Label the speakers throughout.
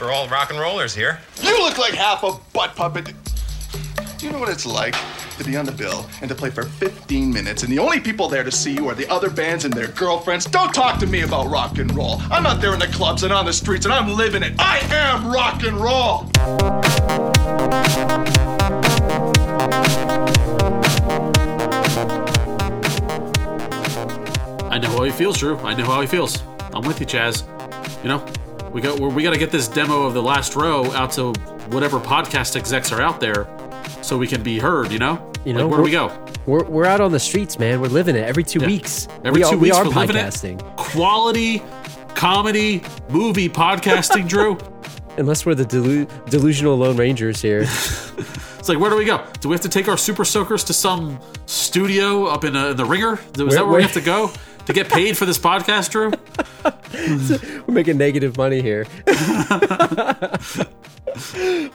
Speaker 1: We're all rock and rollers here.
Speaker 2: You look like half a butt puppet. Do you know what it's like to be on the bill and to play for 15 minutes, and the only people there to see you are the other bands and their girlfriends? Don't talk to me about rock and roll. I'm out there in the clubs and on the streets, and I'm living it. I am rock and roll.
Speaker 3: I know how he feels, Drew. I know how he feels. I'm with you, Chaz. You know, we got we got to get this demo of the last row out to whatever podcast execs are out there, so we can be heard. You know,
Speaker 4: You
Speaker 3: Like,
Speaker 4: know,
Speaker 3: where do we
Speaker 4: we're-
Speaker 3: go?
Speaker 4: We're, we're out on the streets, man. We're living it every two
Speaker 3: Yeah.
Speaker 4: weeks.
Speaker 3: Every
Speaker 4: we
Speaker 3: two
Speaker 4: are,
Speaker 3: weeks,
Speaker 4: we are
Speaker 3: we're living it.
Speaker 4: podcasting,
Speaker 3: Quality comedy movie podcasting, Drew.
Speaker 4: unless we're the delu- delusional Lone Rangers here.
Speaker 3: It's like, where do we go? Do we have to take our super soakers to some studio up in, uh, in the ringer? Is that where
Speaker 4: where-
Speaker 3: we have to go to get paid for this podcast, Drew?
Speaker 4: We're making negative money here.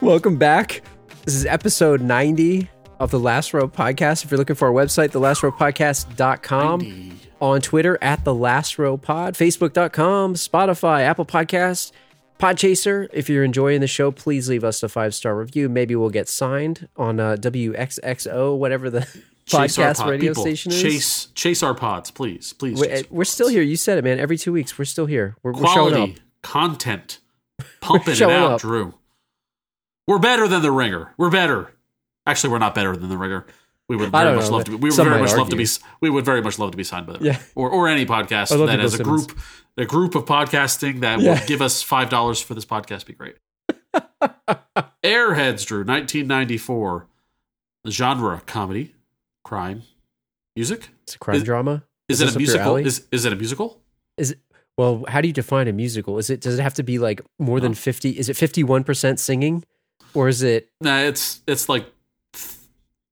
Speaker 4: Welcome back. This is episode 90 of the Last Row Podcast. If you're looking for our website, thelastrowpodcast.com. On Twitter, at the Last Row Pod, Facebook.com, Spotify, Apple Podcast, Podchaser. If you're enjoying the show, please leave us a five star review. Maybe we'll get signed on uh, WXXO, whatever the podcast
Speaker 3: pod-
Speaker 4: radio
Speaker 3: people,
Speaker 4: station is.
Speaker 3: Chase, chase our pods, please, please.
Speaker 4: We're, uh,
Speaker 3: chase
Speaker 4: we're still here. You said it, man. Every two weeks, we're still here. We're, we're showing up.
Speaker 3: quality content pumping it
Speaker 4: showing
Speaker 3: out,
Speaker 4: up.
Speaker 3: Drew. We're better than the Ringer. We're better. Actually, we're not better than the Ringer. We would
Speaker 4: I
Speaker 3: very
Speaker 4: don't
Speaker 3: much
Speaker 4: know.
Speaker 3: love to. Be, we would
Speaker 4: Some
Speaker 3: very
Speaker 4: might
Speaker 3: much love to be.
Speaker 4: argue.
Speaker 3: We would very much love to be signed by the
Speaker 4: Yeah.
Speaker 3: Ringer. or or any podcast
Speaker 4: I love
Speaker 3: that
Speaker 4: Bill
Speaker 3: has a
Speaker 4: Simmons.
Speaker 3: group a group of podcasting that
Speaker 4: Yeah.
Speaker 3: will give us five dollars for this podcast. Be great. Airheads, Drew, nineteen ninety four, genre comedy, crime, music.
Speaker 4: It's a crime
Speaker 3: Is-
Speaker 4: drama.
Speaker 3: Is,
Speaker 4: this
Speaker 3: it
Speaker 4: up
Speaker 3: a
Speaker 4: your
Speaker 3: musical?
Speaker 4: alley?
Speaker 3: Is is it a musical?
Speaker 4: Is it, well, how do you define a musical? Is it does it have to be like more than
Speaker 3: Oh.
Speaker 4: fifty? Is it fifty one percent singing, or is it
Speaker 3: Nah, it's it's like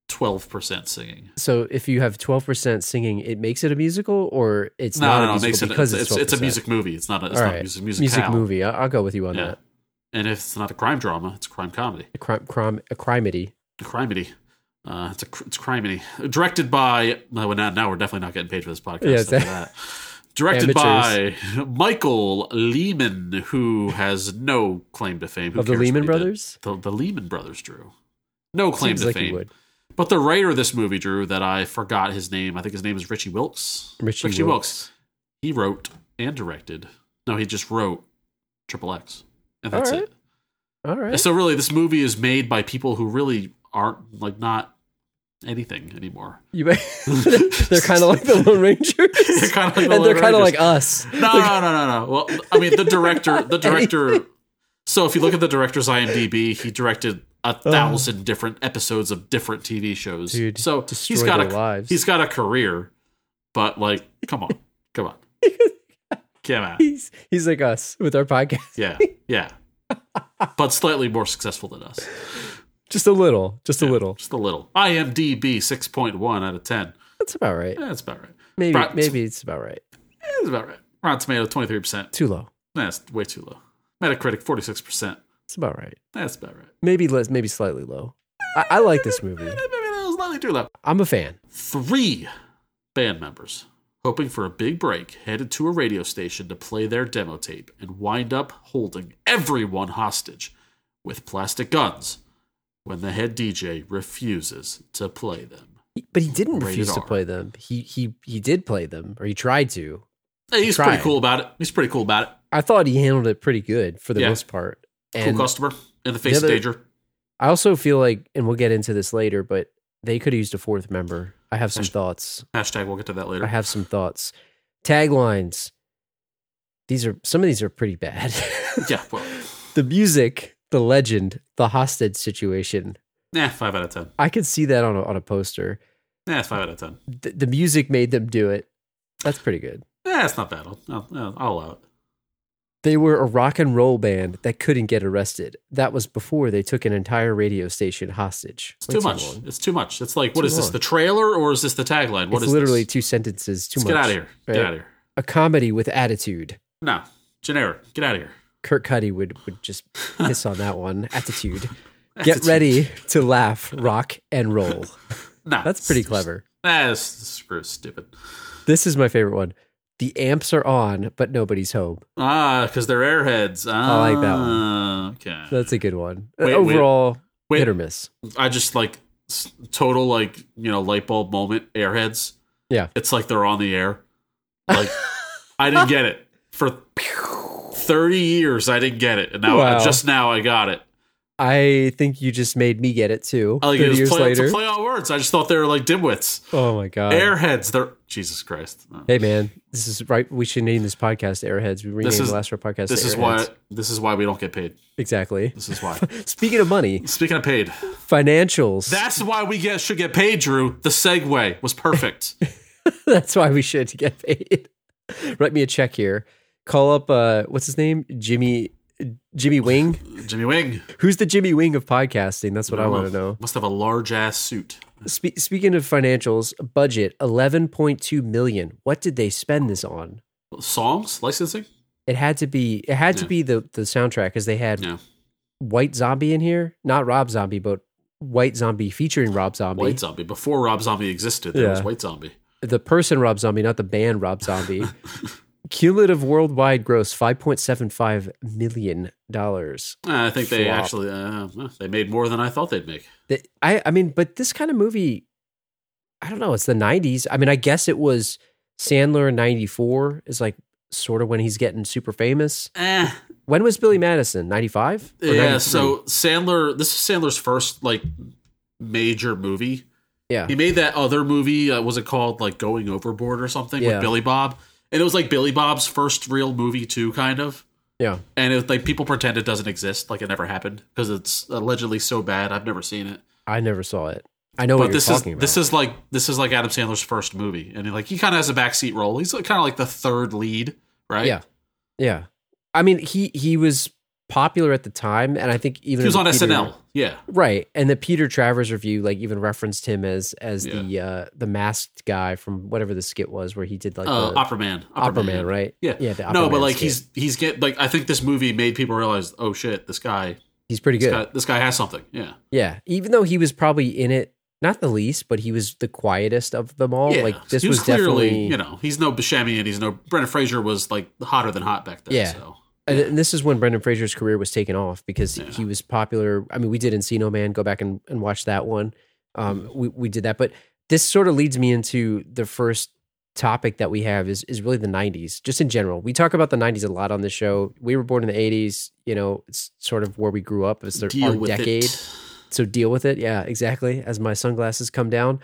Speaker 3: twelve percent singing.
Speaker 4: so if you have twelve percent singing, it makes it a musical, or it's not a
Speaker 3: it
Speaker 4: musical
Speaker 3: makes it-
Speaker 4: because
Speaker 3: it's,
Speaker 4: it's,
Speaker 3: it's a
Speaker 4: 12%?
Speaker 3: music movie. It's not a, it's
Speaker 4: All
Speaker 3: not
Speaker 4: right.
Speaker 3: a music music,
Speaker 4: music movie. I, I'll go with you on
Speaker 3: Yeah.
Speaker 4: that.
Speaker 3: And if it's not a crime drama, it's a crime comedy.
Speaker 4: A crime, crime, a crimedy.
Speaker 3: A crimedy. Uh, it's a cr- it's criminy. Directed by well, now, now we're definitely not getting paid for this podcast.
Speaker 4: Yeah,
Speaker 3: after
Speaker 4: it's-
Speaker 3: that. Directed by Michael Lehman, who has no claim to fame. Who
Speaker 4: Of the
Speaker 3: cares what
Speaker 4: Lehman
Speaker 3: he did?
Speaker 4: Brothers?
Speaker 3: The, the Lehman Brothers, Drew. No claim
Speaker 4: Seems
Speaker 3: to
Speaker 4: like
Speaker 3: fame.
Speaker 4: you would.
Speaker 3: But the writer of this movie, Drew, that I forgot his name. I think his name is Richie Wilkes.
Speaker 4: Richie
Speaker 3: Wilkes. He wrote and directed. No, he just wrote Triple X, and that's
Speaker 4: All right.
Speaker 3: it.
Speaker 4: All right.
Speaker 3: So really, this movie is made by people who really aren't like not anything anymore.
Speaker 4: You, may- they're kind of like the Lone Rangers,
Speaker 3: kinda like the
Speaker 4: and
Speaker 3: Lone
Speaker 4: they're kind of
Speaker 3: Rangers.
Speaker 4: like us.
Speaker 3: No, no, no, no, no. Well, I mean, the director, the director. So if you look at the director's IMDb, he directed a thousand different episodes of different TV shows.
Speaker 4: Oh. Dude,
Speaker 3: so he's
Speaker 4: destroy
Speaker 3: got
Speaker 4: their
Speaker 3: a
Speaker 4: lives.
Speaker 3: he's got a career, but like, come on, come on, come on,
Speaker 4: He's he's like us with our podcast,
Speaker 3: yeah, yeah, but slightly more successful than us,
Speaker 4: just a little, just a little.
Speaker 3: just a little. IMDb six point one out of ten.
Speaker 4: That's about right.
Speaker 3: Yeah, That's about right.
Speaker 4: Maybe
Speaker 3: Right.
Speaker 4: maybe it's about right.
Speaker 3: Yeah, That's about right. Rotten Tomato twenty three percent.
Speaker 4: Too low.
Speaker 3: That's way too low. Metacritic forty six percent.
Speaker 4: It's about right.
Speaker 3: That's about right.
Speaker 4: Maybe less. Maybe slightly low. I, I like this movie.
Speaker 3: Eh, Maybe that was slightly too low.
Speaker 4: I'm a fan.
Speaker 3: Three band members, hoping for a big break, headed to a radio station to play their demo tape and wind up holding everyone hostage with plastic guns when the head DJ refuses to play them.
Speaker 4: He- But he didn't
Speaker 3: Rated
Speaker 4: refuse to
Speaker 3: R.
Speaker 4: play them. He he he did play them, or he tried to.
Speaker 3: Hey, he's
Speaker 4: Try.
Speaker 3: pretty cool about it. He's pretty cool about it.
Speaker 4: I thought he handled it pretty good for the
Speaker 3: Yeah.
Speaker 4: most part.
Speaker 3: Cool
Speaker 4: And
Speaker 3: customer in the face
Speaker 4: other-
Speaker 3: of danger.
Speaker 4: I also feel like, and we'll get into this later, but they could have used a fourth member. I have some
Speaker 3: Hasht-
Speaker 4: thoughts.
Speaker 3: Hashtag. We'll get to that later.
Speaker 4: I have some thoughts. Taglines. These are some of these are pretty bad.
Speaker 3: yeah. Well,
Speaker 4: the music, the legend, the hostage situation.
Speaker 3: nah. Five out of ten.
Speaker 4: I could see that on a, on a poster.
Speaker 3: Nah. Five out of ten.
Speaker 4: Th- the music made them do it. That's pretty good.
Speaker 3: Nah. It's not bad. I'll, I'll, I'll allow it.
Speaker 4: They were a rock and roll band that couldn't get arrested. That was before they took an entire radio station hostage.
Speaker 3: It's
Speaker 4: Way
Speaker 3: too much.
Speaker 4: long.
Speaker 3: It's too much. It's like, what
Speaker 4: Too
Speaker 3: is this?
Speaker 4: long.
Speaker 3: The trailer or is this the tagline? What is
Speaker 4: it's literally
Speaker 3: this?
Speaker 4: two sentences. Too
Speaker 3: Let's
Speaker 4: much.
Speaker 3: get out of here.
Speaker 4: right?
Speaker 3: Get out of here.
Speaker 4: A comedy with attitude.
Speaker 3: No, generic. Get out of here.
Speaker 4: Kurt Cuddy would would just piss on that one. Attitude. Get ready to laugh, rock and roll.
Speaker 3: No,
Speaker 4: That's pretty clever.
Speaker 3: That's screw stupid.
Speaker 4: This is my favorite one. The amps are on, but nobody's home.
Speaker 3: Ah, because they're airheads. Ah,
Speaker 4: I like that
Speaker 3: Okay.
Speaker 4: That's a good one.
Speaker 3: Wait, wait.
Speaker 4: Overall,
Speaker 3: Wait.
Speaker 4: hit or miss.
Speaker 3: I just like s- total like you know light bulb moment. Airheads.
Speaker 4: Yeah.
Speaker 3: It's like they're on the air. Like I didn't get it for thirty years. I didn't get it, and now
Speaker 4: Wow.
Speaker 3: just now I got it.
Speaker 4: I think you just made me get it too.
Speaker 3: I like it
Speaker 4: 30
Speaker 3: was
Speaker 4: years
Speaker 3: Oh, play, it's a
Speaker 4: later.
Speaker 3: play on words. I just thought they were like dimwits,
Speaker 4: Oh my god.
Speaker 3: airheads. They're Jesus Christ. No.
Speaker 4: Hey man, this is right. We should name this podcast Airheads. We renamed
Speaker 3: is-
Speaker 4: the last row podcast.
Speaker 3: This
Speaker 4: to
Speaker 3: is why.
Speaker 4: Airheads.
Speaker 3: This is why we don't get paid.
Speaker 4: exactly.
Speaker 3: This is why.
Speaker 4: Speaking of money,
Speaker 3: Speaking of paid,
Speaker 4: financials.
Speaker 3: that's why we get should get paid. Drew, the segue was perfect.
Speaker 4: That's why we should get paid. Write me a check here. Call up uh what's his name? Jimmy Jimmy Wing.
Speaker 3: Jimmy Wing.
Speaker 4: Who's the Jimmy Wing of podcasting? That's what I want to know.
Speaker 3: Must have a large ass suit.
Speaker 4: Spe- speaking of financials, budget 11.2 million. What did they spend this on?
Speaker 3: Songs licensing.
Speaker 4: It had to be it had to
Speaker 3: Yeah.
Speaker 4: be the the soundtrack cuz they had
Speaker 3: Yeah.
Speaker 4: White Zombie in here, not Rob Zombie, but White Zombie featuring Rob Zombie.
Speaker 3: White Zombie. Before Rob Zombie existed, there
Speaker 4: Yeah.
Speaker 3: was White Zombie.
Speaker 4: the person Rob Zombie, not the band Rob Zombie. Cumulative worldwide gross five point seven five million dollars.
Speaker 3: Uh, I think they
Speaker 4: Flop.
Speaker 3: actually uh, well, they made more than I thought they'd make.
Speaker 4: I I mean, but this kind of movie, I don't know. It's the '90s. I mean, I guess it was Sandler in '94 is like sort of when he's getting super famous.
Speaker 3: Eh.
Speaker 4: When was Billy Madison? '95?
Speaker 3: Yeah. So Sandler. This is Sandler's first like major movie.
Speaker 4: yeah,
Speaker 3: He made that other movie. Uh, was it called like Going Overboard or something
Speaker 4: Yeah.
Speaker 3: with Billy Bob? And it was like Billy Bob's first real movie too, kind of.
Speaker 4: yeah.
Speaker 3: And it was like people pretend it doesn't exist, like it never happened because it's allegedly so bad. I've never seen it.
Speaker 4: I never saw it. I know what
Speaker 3: but
Speaker 4: you're
Speaker 3: this is
Speaker 4: talking about.
Speaker 3: this is like this is like Adam Sandler's first movie, and he, like he kind of has a backseat role. He's like, kind of like the third lead, right?
Speaker 4: Yeah. yeah. I mean, he he was popular at the time, and I think even
Speaker 3: he was on
Speaker 4: Peter-
Speaker 3: SNL. Yeah,
Speaker 4: Right, and the Peter Travers review like even referenced him as as the
Speaker 3: Yeah.
Speaker 4: uh the masked guy from whatever the skit was where he did like
Speaker 3: uh,
Speaker 4: the
Speaker 3: Opera Man,
Speaker 4: Opera Man, right?
Speaker 3: Yeah,
Speaker 4: yeah. The
Speaker 3: no,
Speaker 4: Opera
Speaker 3: but
Speaker 4: Man
Speaker 3: like
Speaker 4: skit.
Speaker 3: he's he's get like I think this movie made people realize, oh shit, this guy,
Speaker 4: he's pretty
Speaker 3: this
Speaker 4: good.
Speaker 3: guy, this guy has something. Yeah,
Speaker 4: Yeah, even though he was probably in it not the least, but he was the quietest of them all.
Speaker 3: yeah.
Speaker 4: Like this
Speaker 3: He
Speaker 4: was,
Speaker 3: clearly,
Speaker 4: definitely,
Speaker 3: you know, he's no Buscemi and he's no Brendan Fraser was like hotter than hot back then.
Speaker 4: Yeah.
Speaker 3: so.
Speaker 4: and, and this is when Brendan Fraser's career was taken off because
Speaker 3: Yeah.
Speaker 4: he was popular. I mean, we did Encino Man. Go back and, and watch that one. Um,
Speaker 3: Mm-hmm.
Speaker 4: we we did that, but this sort of leads me into the first topic that we have is is really the '90s, just in general. We talk about the '90s a lot on this show. We were born in the '80s. You know, it's sort of where we grew up. It's the,
Speaker 3: Deal
Speaker 4: our
Speaker 3: with
Speaker 4: decade.
Speaker 3: it.
Speaker 4: So deal with it. Yeah, exactly. As my sunglasses come down.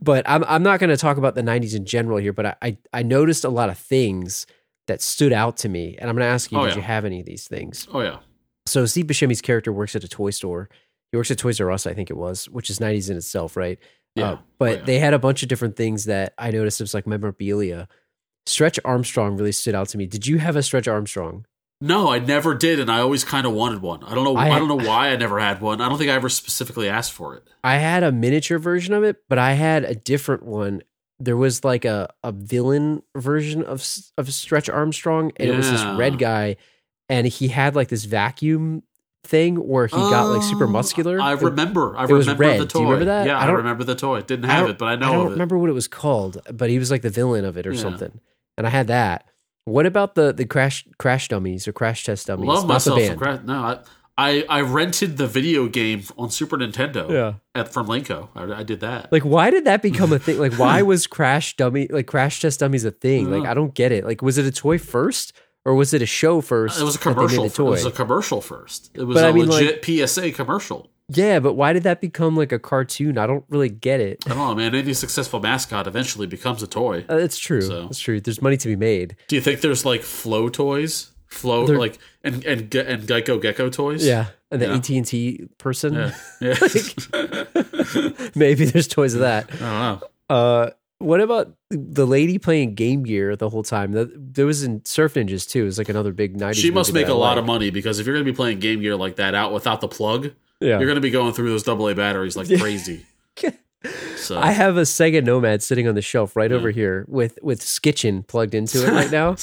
Speaker 4: but I'm I'm not going to talk about the 90s in general here, but I, I I noticed a lot of things that stood out to me, and I'm going to ask you,
Speaker 3: Oh,
Speaker 4: did
Speaker 3: yeah.
Speaker 4: you have any of these things?
Speaker 3: Oh yeah,
Speaker 4: So Steve Buscemi's character works at a toy store. He works at Toys R Us, I think it was, which is 90s in itself, right? Uh,
Speaker 3: Yeah.
Speaker 4: but
Speaker 3: Oh, yeah.
Speaker 4: they had a bunch of different things that I noticed. It was like memorabilia. Stretch Armstrong really stood out to me. Did you have a Stretch Armstrong?
Speaker 3: No, I never did, and I always kind of wanted one. I don't know.
Speaker 4: I
Speaker 3: I,
Speaker 4: had-
Speaker 3: don't know why I never had one. I don't think I ever specifically asked for it.
Speaker 4: I had a miniature version of it, but I had a different one. There was like a, a villain version of S- of Stretch Armstrong, and it was this
Speaker 3: Yeah.
Speaker 4: red guy, and he had like this vacuum thing where he got like super
Speaker 3: Oh,
Speaker 4: muscular.
Speaker 3: I
Speaker 4: It-
Speaker 3: remember. I
Speaker 4: it was
Speaker 3: remember
Speaker 4: red.
Speaker 3: the
Speaker 4: Do
Speaker 3: toy.
Speaker 4: you remember that?
Speaker 3: Yeah,
Speaker 4: I
Speaker 3: I,
Speaker 4: don't-
Speaker 3: remember the toy. Didn't
Speaker 4: I
Speaker 3: have
Speaker 4: don't-
Speaker 3: it, but I know
Speaker 4: I don't
Speaker 3: of it.
Speaker 4: remember what it was called, but he was like the villain of it or
Speaker 3: Yeah.
Speaker 4: something. And I had that. What about the the crash crash dummies or crash test dummies?
Speaker 3: Love
Speaker 4: Not the
Speaker 3: myself. Some
Speaker 4: band.
Speaker 3: cra- no, I, I I rented the video game on Super Nintendo.
Speaker 4: Yeah.
Speaker 3: at, from Linko. I, I did that.
Speaker 4: Like, why did that become a thing? Like, why was Crash Dummy, like Crash Test Dummies, a thing? Like,
Speaker 3: Yeah.
Speaker 4: I don't get it. Like, was it a toy first, or was it a show first?
Speaker 3: it was a
Speaker 4: that they made
Speaker 3: commercial.
Speaker 4: a
Speaker 3: It was a commercial first. It was
Speaker 4: But
Speaker 3: a
Speaker 4: I mean,
Speaker 3: legit PSA commercial.
Speaker 4: yeah, but why did that become like a cartoon? I don't really get it.
Speaker 3: I don't know, man. Any successful mascot eventually becomes a toy.
Speaker 4: Uh, it's true.
Speaker 3: So.
Speaker 4: It's true. There's money to be made.
Speaker 3: Do you think there's like flow toys, flow
Speaker 4: There-
Speaker 3: like and and Ge- and Geico Gecko toys?
Speaker 4: Yeah, and the
Speaker 3: Yeah.
Speaker 4: AT and T person.
Speaker 3: Yeah. yeah.
Speaker 4: Maybe there's toys of that.
Speaker 3: I don't know.
Speaker 4: Uh, what about the lady playing Game Gear the whole time? That- There was in Surf Ninjas too. It was like another big '90s.
Speaker 3: She must
Speaker 4: movie
Speaker 3: make
Speaker 4: that
Speaker 3: a
Speaker 4: I
Speaker 3: lot of
Speaker 4: liked.
Speaker 3: money because if you're going to be playing Game Gear like that out without the plug,
Speaker 4: Yeah.
Speaker 3: you're going to be going through those AA batteries like
Speaker 4: Yeah.
Speaker 3: crazy. So
Speaker 4: I have a Sega Nomad sitting on the shelf right over here with with Skitchin plugged into it right now.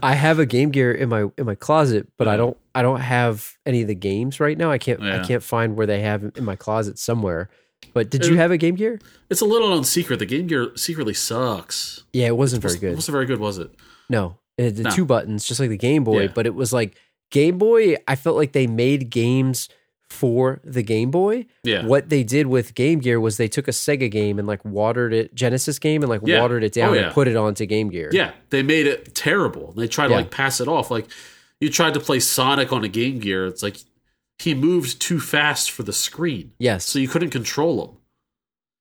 Speaker 4: I have a Game Gear in my in my closet, but I don't I don't have any of the games right now. I can't I
Speaker 3: Yeah.
Speaker 4: can't find where they have in my closet somewhere. But did you have a Game Gear?
Speaker 3: It's a little known secret. The Game Gear secretly sucks.
Speaker 4: Yeah, it wasn't very good.
Speaker 3: It wasn't very good, was it?
Speaker 4: No, it had the
Speaker 3: No.
Speaker 4: two buttons, just like the Game Boy.
Speaker 3: Yeah.
Speaker 4: But it was like Game Boy. I felt like they made games for the Game Boy.
Speaker 3: Yeah.
Speaker 4: What they did with Game Gear was they took a Sega game and like watered it Genesis game and like
Speaker 3: Yeah.
Speaker 4: watered it down
Speaker 3: Oh, yeah.
Speaker 4: and put it onto Game Gear.
Speaker 3: Yeah, they made it terrible. They tried to
Speaker 4: Yeah.
Speaker 3: like pass it off. Like you tried to play Sonic on a Game Gear. It's like he moved too fast for the screen,
Speaker 4: Yes.
Speaker 3: so you couldn't control him.